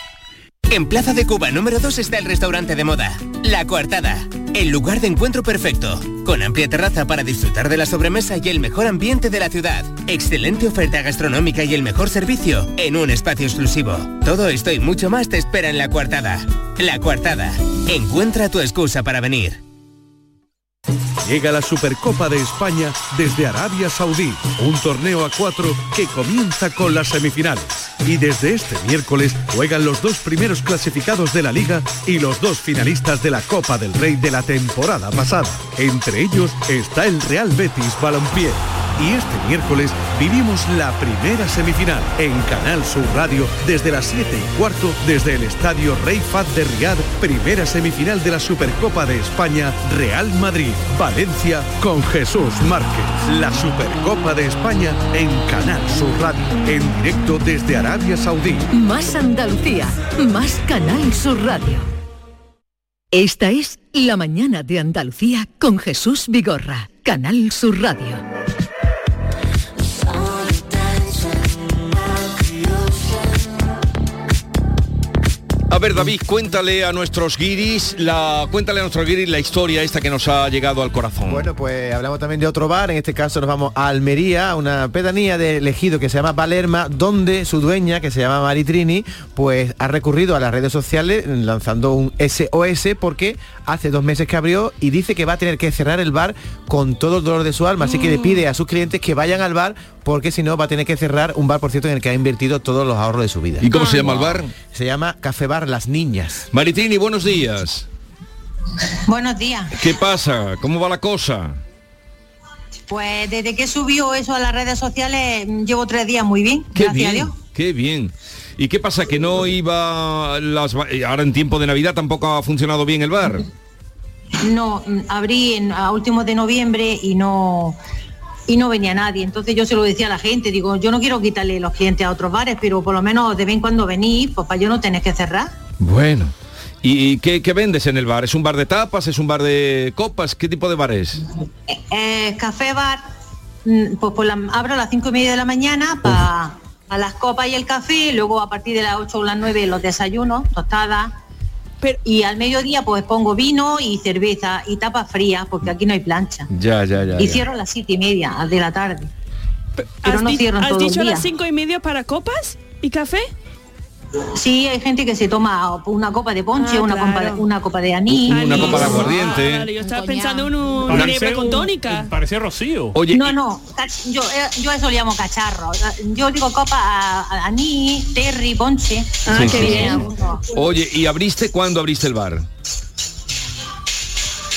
[SPEAKER 23] En Plaza de Cuba número 2 está el restaurante de moda, La Coartada. El lugar de encuentro perfecto, con amplia terraza para disfrutar de la sobremesa y el mejor ambiente de la ciudad. Excelente oferta gastronómica y el mejor servicio en un espacio exclusivo. Todo esto y mucho más te espera en La Coartada. La Coartada. Encuentra tu excusa para venir.
[SPEAKER 21] Llega la Supercopa de España desde Arabia Saudí, un torneo a cuatro que comienza con las semifinales. Y desde este miércoles juegan los dos primeros clasificados de la liga y los dos finalistas de la Copa del Rey de la temporada pasada. Entre ellos está el Real Betis Balompié. Y este miércoles vivimos la primera semifinal en Canal Sur Radio desde las 7 y cuarto desde el Estadio Rey Fad de Riad, primera semifinal de la Supercopa de España, Real Madrid, Valencia con Jesús Márquez. La Supercopa de España en Canal Sur Radio, en directo desde Arabia Saudí.
[SPEAKER 2] Más Andalucía, más Canal Sur Radio. Esta es La mañana de Andalucía con Jesús Vigorra, Canal Sur Radio.
[SPEAKER 4] A A ver, David, cuéntale a nuestros guiris, la, cuéntale a nuestros guiris la historia esta que nos ha llegado al corazón.
[SPEAKER 7] Bueno, pues hablamos también de otro bar, en este caso nos vamos a Almería, a una pedanía de elegido que se llama Palerma, donde su dueña, que se llama Maritrini, pues ha recurrido a las redes sociales lanzando un SOS porque hace dos meses que abrió y dice que va a tener que cerrar el bar con todo el dolor de su alma, así que le pide a sus clientes que vayan al bar porque si no va a tener que cerrar un bar, por cierto, en el que ha invertido todos los ahorros de su vida.
[SPEAKER 4] ¿Y cómo se llama el bar?
[SPEAKER 7] Se llama Café Bar Las Niñas.
[SPEAKER 4] Maritini, buenos días.
[SPEAKER 1] Buenos días.
[SPEAKER 4] ¿Qué pasa? ¿Cómo va la cosa?
[SPEAKER 1] Pues desde que subió eso a las redes sociales mm, llevo tres días muy bien.
[SPEAKER 4] Qué
[SPEAKER 1] gracias
[SPEAKER 4] bien,
[SPEAKER 1] a Dios.
[SPEAKER 4] qué bien. ¿Y qué pasa? ¿Que no iba las... va- eh, Ahora en tiempo de Navidad tampoco ha funcionado bien el bar?
[SPEAKER 1] No, mm, abrí en, a últimos de noviembre y no y no venía nadie. Entonces yo se lo decía a la gente, digo, yo no quiero quitarle los clientes a otros bares, pero por lo menos de vez en cuando venís, pues para yo no tener que cerrar.
[SPEAKER 4] Bueno. ¿Y y qué, qué vendes en el bar? ¿Es un bar de tapas? ¿Es un bar de copas? ¿Qué tipo de bar es?
[SPEAKER 1] Eh, eh, café bar, mm, pues, por la- abro a las cinco y media de la mañana para las copas y el café, luego a partir de las 8 o las 9 los desayunos, tostadas. y al mediodía pues pongo vino y cerveza y tapas frías porque aquí no hay plancha.
[SPEAKER 4] Ya, ya, ya.
[SPEAKER 1] y
[SPEAKER 4] ya.
[SPEAKER 1] cierro a las siete y media de la tarde. Pero no
[SPEAKER 5] di-
[SPEAKER 1] cierran
[SPEAKER 5] ¿Has
[SPEAKER 1] todo el
[SPEAKER 5] dicho
[SPEAKER 1] día.
[SPEAKER 5] las cinco y media para copas y café?
[SPEAKER 1] Sí, hay gente que se toma una copa de
[SPEAKER 5] Ah,
[SPEAKER 1] ponche, una, copa, una copa de anís.
[SPEAKER 4] Una copa de aguardiente.
[SPEAKER 5] Vale, yo estaba pensando en un
[SPEAKER 4] Parece
[SPEAKER 5] ginebra con
[SPEAKER 4] un-
[SPEAKER 5] tónica.
[SPEAKER 6] Parecía Rocío.
[SPEAKER 4] Oye,
[SPEAKER 1] no, no, ca- yo, eh, yo eso le llamo cacharro. Yo digo copa a, a anís, terry, ponche.
[SPEAKER 4] Ah, Sí, qué sí,
[SPEAKER 1] Viene
[SPEAKER 4] bien.
[SPEAKER 1] a gusto.
[SPEAKER 4] Oye, ¿y abriste cuándo abriste el bar?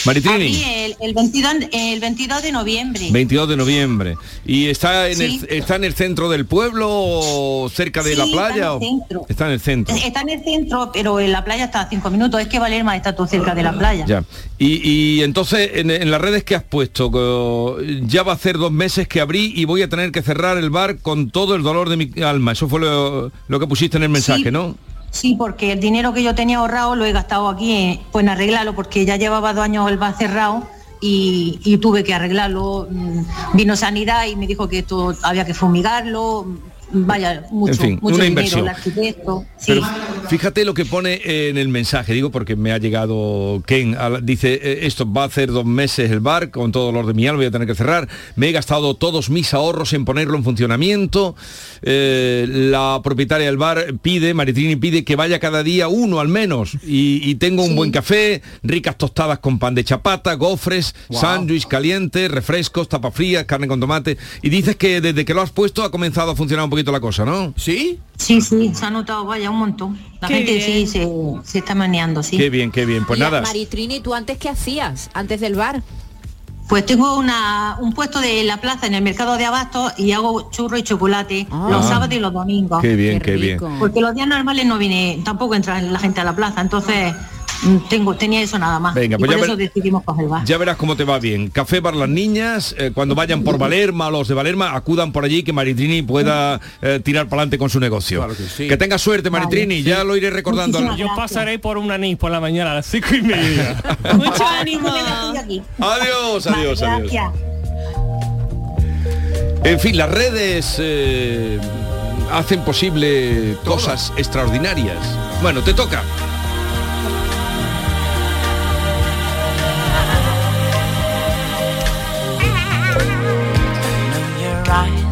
[SPEAKER 4] Maritini,
[SPEAKER 1] Sí, el, el 22, el 22 de noviembre.
[SPEAKER 4] 22 de noviembre. ¿Y está en,
[SPEAKER 1] Sí.
[SPEAKER 4] el, está en el centro del pueblo o cerca de
[SPEAKER 1] Sí,
[SPEAKER 4] la
[SPEAKER 1] está en
[SPEAKER 4] playa?
[SPEAKER 1] el
[SPEAKER 4] o-
[SPEAKER 1] centro.
[SPEAKER 4] Está en el centro.
[SPEAKER 1] Está en el centro, pero en la playa está a cinco minutos. Es que Valerma está todo cerca de la playa.
[SPEAKER 4] Ya. Y, y entonces, en, en las redes que has puesto, co- ya va a hacer dos meses que abrí y voy a tener que cerrar el bar con todo el dolor de mi alma. Eso fue lo, lo que pusiste en el mensaje, ¿no?
[SPEAKER 1] Sí, porque el dinero que yo tenía ahorrado lo he gastado aquí en, pues, en arreglarlo, porque ya llevaba dos años el bar cerrado y, y tuve que arreglarlo. Mm, Vino sanidad y me dijo que esto había que fumigarlo. Mm, Vaya, mucho,
[SPEAKER 4] fin,
[SPEAKER 1] mucho
[SPEAKER 4] una
[SPEAKER 1] dinero,
[SPEAKER 4] inversión.
[SPEAKER 1] el arquitecto. Sí.
[SPEAKER 4] Pero fíjate lo que pone eh, en el mensaje, digo porque me ha llegado Ken, a la- dice, eh, esto va a hacer dos meses el bar, con todo dolor de mi alma voy a tener que cerrar, me he gastado todos mis ahorros en ponerlo en funcionamiento, Eh, la propietaria del bar pide, Maritrini pide que vaya cada día uno al menos, y, y tengo un buen café, ricas tostadas con pan de chapata, gofres, sándwich caliente, refrescos, tapas frías, carne con tomate, y dices que desde que lo has puesto ha comenzado a funcionar un poquito la cosa, ¿no?
[SPEAKER 1] Sí. Sí, sí, se ha notado, vaya, un montón. La
[SPEAKER 11] Qué
[SPEAKER 1] gente sí
[SPEAKER 11] bien.
[SPEAKER 1] se, se está maneando, sí.
[SPEAKER 4] Qué bien, qué bien, pues
[SPEAKER 11] Mira,
[SPEAKER 4] nada.
[SPEAKER 11] Maritrini, ¿tú antes qué hacías? Antes del bar.
[SPEAKER 1] Pues tengo una, un puesto de la plaza en el mercado de abastos y hago churro y chocolate los
[SPEAKER 4] Ah.
[SPEAKER 1] sábados y los domingos.
[SPEAKER 4] Qué bien, Qué qué bien. rico.
[SPEAKER 1] Porque los días normales no viene, tampoco entra la gente a la plaza, entonces mm, tengo, tenía eso nada más.
[SPEAKER 4] Venga,
[SPEAKER 1] Y
[SPEAKER 4] pues
[SPEAKER 1] por
[SPEAKER 4] ya
[SPEAKER 1] eso
[SPEAKER 4] ver-
[SPEAKER 1] decidimos coger el bar.
[SPEAKER 4] Ya verás cómo te va bien. Café para las niñas, eh, cuando vayan por Valerma, los de Valerma, acudan por allí que Maritrini pueda eh, tirar para adelante con su negocio. que, tenga suerte, este Maritrini, ya lo iré recordando. al-
[SPEAKER 6] Yo pasaré por un anís por la mañana a las cinco y media.
[SPEAKER 1] Mucho ánimo.
[SPEAKER 4] Adiós, adiós, adiós.
[SPEAKER 1] Gracias.
[SPEAKER 4] En fin, las redes eh, hacen posible cosas extraordinarias. Bueno, te toca.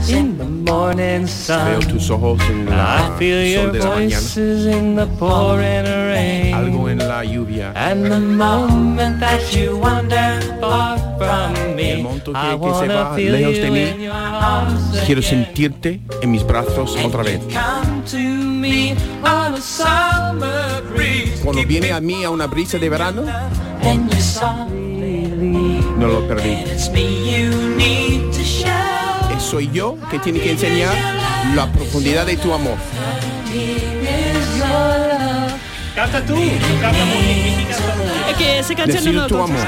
[SPEAKER 3] In the morning sun,
[SPEAKER 8] Veo tus ojos en la
[SPEAKER 3] I feel
[SPEAKER 8] sol
[SPEAKER 3] your
[SPEAKER 8] de la mañana.
[SPEAKER 3] voices in the pouring rain.
[SPEAKER 8] Algo en la lluvia.
[SPEAKER 3] And the moment that you wander far from me,
[SPEAKER 8] El momento que-
[SPEAKER 3] I
[SPEAKER 8] que se
[SPEAKER 3] wanna
[SPEAKER 8] va
[SPEAKER 3] feel
[SPEAKER 8] lejos de
[SPEAKER 3] you
[SPEAKER 8] mí.
[SPEAKER 3] in your arms
[SPEAKER 8] Quiero sentirte en mis brazos otra vez.
[SPEAKER 3] Come to me on a summer breeze.
[SPEAKER 8] Cuando viene a mí a una brisa de verano,
[SPEAKER 3] Then you softly leave.
[SPEAKER 8] no lo perdí.
[SPEAKER 3] It's me you need to show
[SPEAKER 8] Soy yo que tiene que enseñar la profundidad de tu amor.
[SPEAKER 3] me is your love.
[SPEAKER 6] Canta tú, canta
[SPEAKER 5] Es que esa canción no
[SPEAKER 8] Decir
[SPEAKER 5] lo
[SPEAKER 8] tu amor.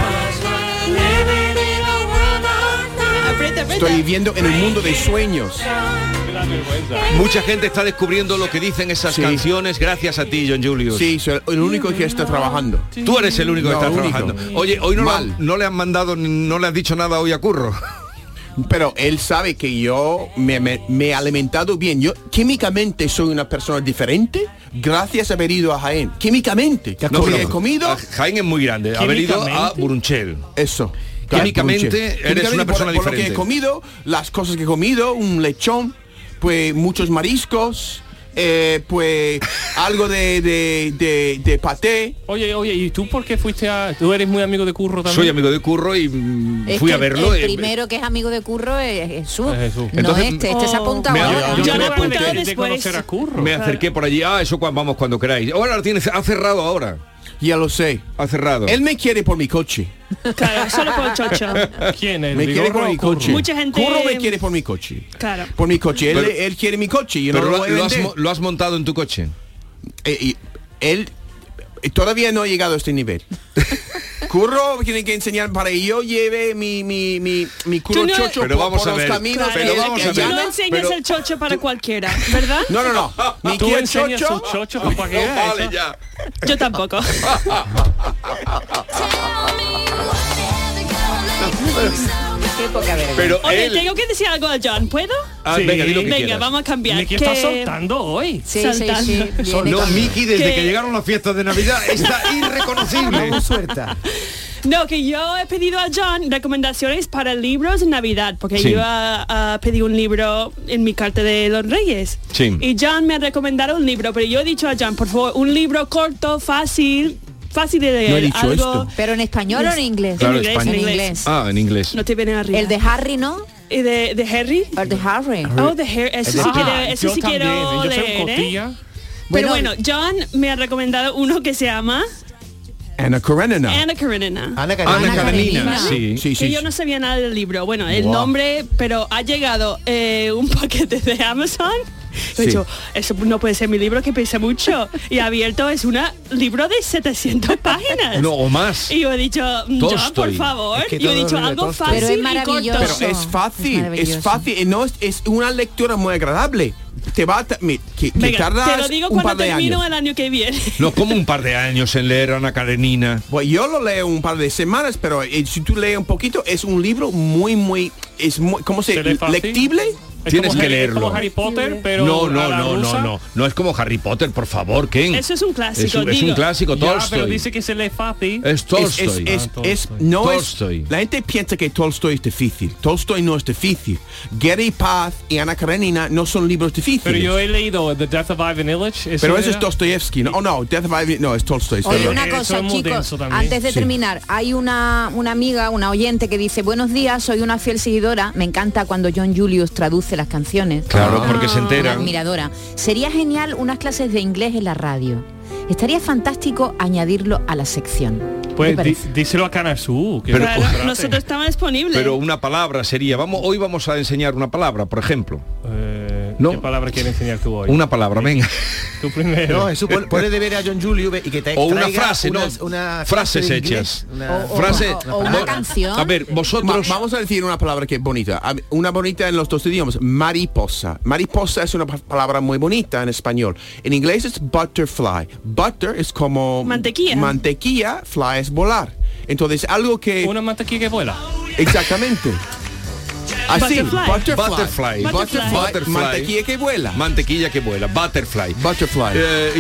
[SPEAKER 5] Aprieta, aprieta.
[SPEAKER 8] Estoy viviendo en un mundo de sueños.
[SPEAKER 4] Mucha gente está descubriendo lo que dicen esas canciones gracias a ti, John Julius.
[SPEAKER 8] Sí, soy el único que está trabajando.
[SPEAKER 4] Tú eres el único
[SPEAKER 8] No,
[SPEAKER 4] que está
[SPEAKER 8] único.
[SPEAKER 4] trabajando. Oye, hoy no, le han- no le han mandado, ni- no le has dicho nada hoy a Curro.
[SPEAKER 8] Pero él sabe que yo me, me- me he alimentado bien. Yo químicamente soy una persona diferente gracias a haber ido a Jaén. Químicamente. No
[SPEAKER 4] comido?
[SPEAKER 8] he comido.
[SPEAKER 4] Ah, Jaén es muy grande. Haber ido a Burunchel.
[SPEAKER 8] Eso.
[SPEAKER 4] Químicamente
[SPEAKER 8] Burunchel.
[SPEAKER 4] eres
[SPEAKER 8] Químicamente,
[SPEAKER 4] una persona
[SPEAKER 8] por, por
[SPEAKER 4] diferente.
[SPEAKER 8] lo que he comido, las cosas que he comido, un lechón, pues muchos mariscos, eh, pues algo de, de, de, de paté.
[SPEAKER 6] Oye, oye, ¿y tú por qué fuiste a...? Tú eres muy amigo de Curro también.
[SPEAKER 4] Soy amigo de Curro y mm,
[SPEAKER 11] Es
[SPEAKER 4] fui
[SPEAKER 11] que
[SPEAKER 4] a verlo.
[SPEAKER 11] El
[SPEAKER 4] eh,
[SPEAKER 11] primero que es amigo de Curro es Jesús.
[SPEAKER 4] Es Jesús.
[SPEAKER 11] No
[SPEAKER 4] Entonces,
[SPEAKER 11] este, este se ha apuntado
[SPEAKER 4] me-
[SPEAKER 11] ahora.
[SPEAKER 4] yo- yo me apunté.
[SPEAKER 6] conocer a Curro.
[SPEAKER 4] Me acerqué por allí, ah, eso cuando vamos cuando queráis. Ahora lo tienes, ha cerrado ahora.
[SPEAKER 8] Ya lo sé.
[SPEAKER 4] Ha cerrado.
[SPEAKER 8] Él me quiere por mi coche.
[SPEAKER 5] Claro, solo por el chocho.
[SPEAKER 6] ¿Quién
[SPEAKER 8] Me quiere por mi coche.
[SPEAKER 5] Mucha gente-
[SPEAKER 8] Curro me quiere por mi coche.
[SPEAKER 5] Claro.
[SPEAKER 8] Por mi coche. Él,
[SPEAKER 4] Pero-
[SPEAKER 8] él quiere mi coche. Yo no
[SPEAKER 4] Pero
[SPEAKER 8] lo
[SPEAKER 4] lo,
[SPEAKER 8] voy a
[SPEAKER 4] lo has,
[SPEAKER 8] vender.
[SPEAKER 4] mo- lo has montado en tu coche.
[SPEAKER 8] Eh, y él eh, todavía no ha llegado a este nivel. Curro tiene que enseñar para que yo lleve mi mi mi mi curro
[SPEAKER 5] Tú no-
[SPEAKER 8] chocho por, por los caminos
[SPEAKER 5] Claro,
[SPEAKER 8] que- que
[SPEAKER 5] tú no
[SPEAKER 8] allana.
[SPEAKER 5] enseñas
[SPEAKER 8] Pero-
[SPEAKER 5] el chocho para cualquiera, ¿verdad?
[SPEAKER 8] No, no, no. Ni
[SPEAKER 5] Tú
[SPEAKER 8] quiero
[SPEAKER 5] enseñas
[SPEAKER 8] chocho.
[SPEAKER 5] su chocho para que
[SPEAKER 6] eh,
[SPEAKER 5] haga
[SPEAKER 8] vale
[SPEAKER 5] eso.
[SPEAKER 4] ya.
[SPEAKER 5] Yo tampoco.
[SPEAKER 4] Pero
[SPEAKER 5] Oye,
[SPEAKER 4] él-
[SPEAKER 5] tengo que decir algo a John, ¿puedo?
[SPEAKER 4] Ah, Sí. venga, di lo que quieras.
[SPEAKER 5] vamos a cambiar.
[SPEAKER 4] Miki está soltando
[SPEAKER 6] hoy.
[SPEAKER 5] Sí,
[SPEAKER 6] sí, sí, viene
[SPEAKER 4] no,
[SPEAKER 6] con-
[SPEAKER 4] Miki, desde que...
[SPEAKER 5] Que-
[SPEAKER 4] llegaron las fiestas de Navidad, está irreconocible.
[SPEAKER 7] suelta.
[SPEAKER 5] No, que yo he pedido a John recomendaciones para libros en Navidad, porque
[SPEAKER 4] Sí.
[SPEAKER 5] yo ah, ah, pedí un libro en mi carta de los Reyes.
[SPEAKER 4] Sí.
[SPEAKER 5] Y John me ha recomendado un libro, pero yo he dicho a John, por favor, un libro corto, fácil, fácil de leer.
[SPEAKER 4] No he dicho
[SPEAKER 5] algo
[SPEAKER 4] esto.
[SPEAKER 11] Pero en español o en inglés.
[SPEAKER 4] Claro,
[SPEAKER 11] en inglés.
[SPEAKER 4] España.
[SPEAKER 11] En inglés.
[SPEAKER 4] Ah, en inglés.
[SPEAKER 5] No te viene arriba.
[SPEAKER 11] El de Harry, ¿no?
[SPEAKER 5] ¿Y de, de Harry?
[SPEAKER 11] El de Harry.
[SPEAKER 5] Oh, de Harry. Eso
[SPEAKER 4] Ah,
[SPEAKER 5] sí quiero, eso sí quiero leer, ¿eh? Pero
[SPEAKER 11] Bueno,
[SPEAKER 5] bueno, John me ha recomendado uno que se llama
[SPEAKER 8] Ana Karenina.
[SPEAKER 5] Ana Karenina.
[SPEAKER 8] Ana Karenina. Ana Karenina,
[SPEAKER 5] ¿Verdad?
[SPEAKER 8] sí. Sí, sí,
[SPEAKER 5] Que yo
[SPEAKER 8] sí.
[SPEAKER 5] no sabía nada del libro. Bueno, el
[SPEAKER 8] Guau.
[SPEAKER 5] nombre, pero ha llegado eh, un paquete de Amazon. He
[SPEAKER 8] Sí.
[SPEAKER 5] dicho, eso no puede ser mi libro que pesa mucho. Y ha abierto, es un libro de 700 páginas.
[SPEAKER 4] No, o más.
[SPEAKER 5] Y yo he dicho, John, por
[SPEAKER 4] Tolstoy.
[SPEAKER 5] favor.
[SPEAKER 4] Es que
[SPEAKER 5] yo he
[SPEAKER 4] todo
[SPEAKER 5] dicho
[SPEAKER 4] es de
[SPEAKER 5] algo
[SPEAKER 4] Tolstoy.
[SPEAKER 5] fácil
[SPEAKER 4] Pero es
[SPEAKER 5] y corto.
[SPEAKER 4] maravilloso.
[SPEAKER 8] Pero es fácil,
[SPEAKER 5] Es
[SPEAKER 8] es,
[SPEAKER 5] maravilloso.
[SPEAKER 8] fácil, y no es, es una lectura muy agradable. Te va a ta- mi- que, que
[SPEAKER 5] Venga,
[SPEAKER 8] tardas
[SPEAKER 5] te lo digo
[SPEAKER 8] un
[SPEAKER 5] cuando
[SPEAKER 8] par de
[SPEAKER 5] termino
[SPEAKER 8] años.
[SPEAKER 5] el año que viene.
[SPEAKER 4] No, como un par de años en leer Ana Karenina.
[SPEAKER 8] Pues yo lo leo un par de semanas, pero eh, si tú lees un poquito, es un libro muy, muy, es muy, ¿cómo se
[SPEAKER 4] ¿Se lee fácil?
[SPEAKER 8] ¿Lectible?
[SPEAKER 4] Es Tienes como que Harry- es como leerlo.
[SPEAKER 6] Harry Potter, pero
[SPEAKER 4] No,
[SPEAKER 6] a
[SPEAKER 4] no,
[SPEAKER 6] la
[SPEAKER 4] no, no,
[SPEAKER 6] rusa.
[SPEAKER 4] no. No es como Harry Potter, por favor, Ken.
[SPEAKER 5] Eso es un clásico,
[SPEAKER 4] Es un, es un
[SPEAKER 5] digo.
[SPEAKER 4] clásico,
[SPEAKER 6] Ya, pero
[SPEAKER 4] Tolstoy.
[SPEAKER 6] dice que se lee fácil.
[SPEAKER 4] Es
[SPEAKER 6] Ah,
[SPEAKER 4] Tolstoy.
[SPEAKER 8] Es, es- es- no
[SPEAKER 4] Tolstoy.
[SPEAKER 8] es, la gente piensa que Tolstoy es difícil. Tolstoy no es difícil. Gary Paz y Ana Karenina no son libros difíciles.
[SPEAKER 6] Pero yo he leído The Death of Ivan Illich.
[SPEAKER 8] Pero eso es
[SPEAKER 6] era-
[SPEAKER 8] Dostoyevsky. No, oh, no, Death by Ivan- no, es Tolstoy.
[SPEAKER 11] Oye,
[SPEAKER 8] perdón.
[SPEAKER 11] una cosa, chicos, antes de
[SPEAKER 8] Sí.
[SPEAKER 11] terminar, hay una, una amiga, una oyente que dice, buenos días, soy una fiel seguidora, me encanta cuando John Julius traduce las canciones.
[SPEAKER 4] Claro, porque se
[SPEAKER 11] Una
[SPEAKER 4] entera.
[SPEAKER 11] admiradora. Sería genial unas clases de inglés en la radio. Estaría fantástico añadirlo a la sección.
[SPEAKER 6] Pues
[SPEAKER 11] ¿Qué te
[SPEAKER 6] di-
[SPEAKER 11] parece?
[SPEAKER 6] díselo a Canasú. Que
[SPEAKER 4] Pero-
[SPEAKER 6] lo
[SPEAKER 4] Claro,
[SPEAKER 6] contrate.
[SPEAKER 5] Nosotros estamos disponibles.
[SPEAKER 4] Pero una palabra sería, vamos, hoy vamos a enseñar una palabra, por ejemplo.
[SPEAKER 6] Eh,
[SPEAKER 4] No.
[SPEAKER 6] ¿Qué palabra quieres enseñar tú hoy?
[SPEAKER 4] Una palabra, venga.
[SPEAKER 6] Tú primero.
[SPEAKER 7] No, eso pon- ponle deber a John Julio y que te
[SPEAKER 4] O una
[SPEAKER 7] traiga
[SPEAKER 4] frase,
[SPEAKER 7] unas-
[SPEAKER 4] ¿no?
[SPEAKER 7] una
[SPEAKER 4] Frases
[SPEAKER 7] clase de
[SPEAKER 4] hechas.
[SPEAKER 7] inglés, una-
[SPEAKER 4] Frase-
[SPEAKER 8] o- o una
[SPEAKER 4] Vo-
[SPEAKER 8] canción.
[SPEAKER 4] A ver, vosotros...
[SPEAKER 8] Ma- vamos a decir una palabra que es bonita. A- Una bonita en los dos idiomas. Mariposa. Mariposa es una pa- palabra muy bonita en español. En inglés es butterfly. Butter es como...
[SPEAKER 5] Mantequilla.
[SPEAKER 8] Mantequilla. Fly es volar. Entonces, algo que... Una
[SPEAKER 6] mantequilla que vuela.
[SPEAKER 8] Exactamente. Así, butterfly.
[SPEAKER 4] Butterfly.
[SPEAKER 8] Butterfly. Mantequilla que vuela.
[SPEAKER 4] Mantequilla que vuela. Butterfly. Eh,
[SPEAKER 8] Butterfly.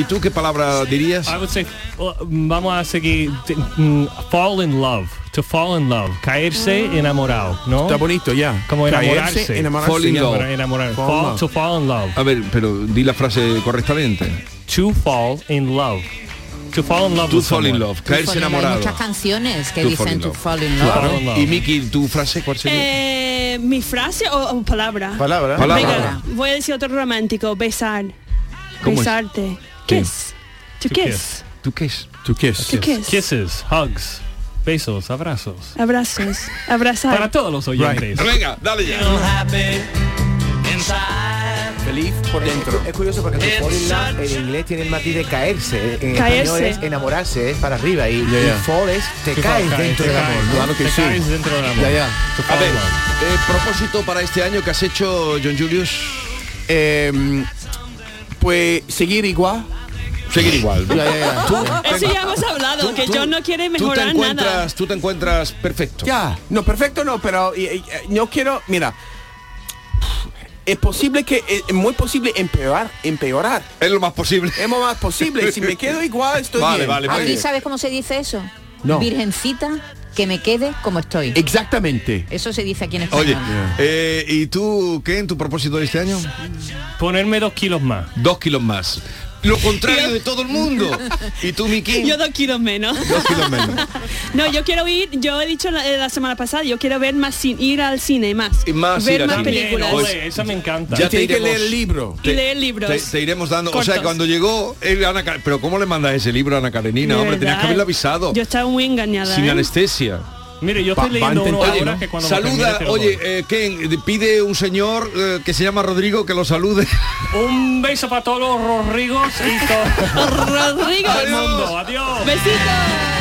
[SPEAKER 4] ¿Y tú qué palabra dirías?
[SPEAKER 6] I would say, well, vamos a seguir. te- mm, Fall in love. To fall in love. Caerse
[SPEAKER 5] Ah.
[SPEAKER 6] enamorado. ¿No?
[SPEAKER 8] Está bonito, ya.
[SPEAKER 6] Como enamorarse.
[SPEAKER 4] Caerse, enamorarse. Fall in
[SPEAKER 6] Sí,
[SPEAKER 4] love.
[SPEAKER 6] enamora- enamorar.
[SPEAKER 4] Fall
[SPEAKER 6] Fall-
[SPEAKER 4] in love.
[SPEAKER 6] to fall in love.
[SPEAKER 4] A ver, pero di la frase correctamente.
[SPEAKER 6] To fall in love. To fall in love.
[SPEAKER 4] To
[SPEAKER 6] with
[SPEAKER 4] fall in
[SPEAKER 6] someone.
[SPEAKER 4] love. Caerse
[SPEAKER 11] Hay
[SPEAKER 4] enamorado.
[SPEAKER 11] muchas canciones que
[SPEAKER 4] To fall
[SPEAKER 11] dicen
[SPEAKER 4] in
[SPEAKER 11] to
[SPEAKER 4] love.
[SPEAKER 11] fall in love.
[SPEAKER 4] Claro. Y Miki, tu frase cuál sería?
[SPEAKER 5] Eh, mi frase o, o palabra.
[SPEAKER 4] Palabra.
[SPEAKER 5] Venga,
[SPEAKER 4] Palabra.
[SPEAKER 5] voy a decir otro romántico. Besar.
[SPEAKER 4] ¿Cómo es?
[SPEAKER 5] Besarte. Kiss. To kiss.
[SPEAKER 4] ¿Tú qué es?
[SPEAKER 8] To kiss.
[SPEAKER 5] To kiss.
[SPEAKER 6] Kisses, hugs, besos, abrazos.
[SPEAKER 5] Abrazos. Abrazar.
[SPEAKER 6] Para todos los oyentes.
[SPEAKER 4] Venga, dale ya.
[SPEAKER 8] Feliz por dentro.
[SPEAKER 7] Es curioso porque tu fall in love en inglés tiene el matiz de caerse. eh, En español
[SPEAKER 6] Caerse.
[SPEAKER 7] es enamorarse, es para arriba. Y,
[SPEAKER 8] Ya, ya.
[SPEAKER 7] y fall es te
[SPEAKER 8] Sí,
[SPEAKER 7] caes
[SPEAKER 8] caes,
[SPEAKER 7] dentro
[SPEAKER 8] te
[SPEAKER 7] del amor.
[SPEAKER 8] caes,
[SPEAKER 7] ¿no?
[SPEAKER 8] claro que Te sí. caes dentro del amor. Ya, ya. To
[SPEAKER 4] A
[SPEAKER 8] fall
[SPEAKER 4] ver,
[SPEAKER 8] in
[SPEAKER 4] eh, propósito para este año que has hecho, John Julius.
[SPEAKER 8] Em, pues seguir igual,
[SPEAKER 4] Seguir igual.
[SPEAKER 5] Ya, ya,
[SPEAKER 8] ya.
[SPEAKER 4] Tú-
[SPEAKER 5] Eso ya hemos hablado, que
[SPEAKER 8] tú-
[SPEAKER 5] John no quiere
[SPEAKER 4] tú te
[SPEAKER 5] mejorar
[SPEAKER 4] encuentras,
[SPEAKER 5] nada.
[SPEAKER 4] tú te encuentras perfecto.
[SPEAKER 8] Ya, no, perfecto no, pero y- y- no quiero, mira, es posible que, es muy posible empeorar, empeorar.
[SPEAKER 4] Es lo más posible.
[SPEAKER 8] Es lo más posible, si me quedo igual estoy
[SPEAKER 4] Vale,
[SPEAKER 8] bien.
[SPEAKER 4] vale, pues
[SPEAKER 11] Aquí sabes cómo se dice eso.
[SPEAKER 8] No.
[SPEAKER 11] Virgencita, que me quede como estoy.
[SPEAKER 8] Exactamente.
[SPEAKER 11] Eso se dice aquí en español.
[SPEAKER 4] Oye, eh, ¿y tú qué en tu propósito de este año?
[SPEAKER 6] Ponerme dos kilos más.
[SPEAKER 4] Dos kilos más. Lo contrario de todo el mundo. ¿Y tú, Miki?
[SPEAKER 5] Yo dos kilos menos.
[SPEAKER 4] Dos kilos menos.
[SPEAKER 5] No, yo quiero ir, yo he dicho la, eh, la semana pasada, yo quiero ver más sin ir al cine más.
[SPEAKER 4] Y más
[SPEAKER 5] ver
[SPEAKER 4] ir al
[SPEAKER 5] más
[SPEAKER 4] cine.
[SPEAKER 5] películas.
[SPEAKER 4] Pues,
[SPEAKER 6] Esa me encanta.
[SPEAKER 4] Ya te iremos-
[SPEAKER 5] Y leer libros.
[SPEAKER 4] Te, te iremos dando. O sea,
[SPEAKER 5] Cortos.
[SPEAKER 4] cuando llegó, él, Ana Ka- pero ¿cómo le mandas ese libro a Ana Karenina?
[SPEAKER 5] De
[SPEAKER 4] Hombre, tenías que
[SPEAKER 5] verdad.
[SPEAKER 4] haberlo avisado.
[SPEAKER 5] Yo estaba muy engañada.
[SPEAKER 4] sin
[SPEAKER 5] ¿eh?
[SPEAKER 4] anestesia.
[SPEAKER 6] Mire, yo
[SPEAKER 5] estoy leyendo uno
[SPEAKER 4] oye,
[SPEAKER 5] ahora que cuando me termine
[SPEAKER 4] saluda,
[SPEAKER 5] te lo
[SPEAKER 4] oye, eh, Ken, eh, pide un señor eh, que se llama Rodrigo que lo salude.
[SPEAKER 6] Un beso para todos los Rodrigos y todo
[SPEAKER 5] Rodrigo.
[SPEAKER 6] el mundo. Adiós.
[SPEAKER 5] Besitos.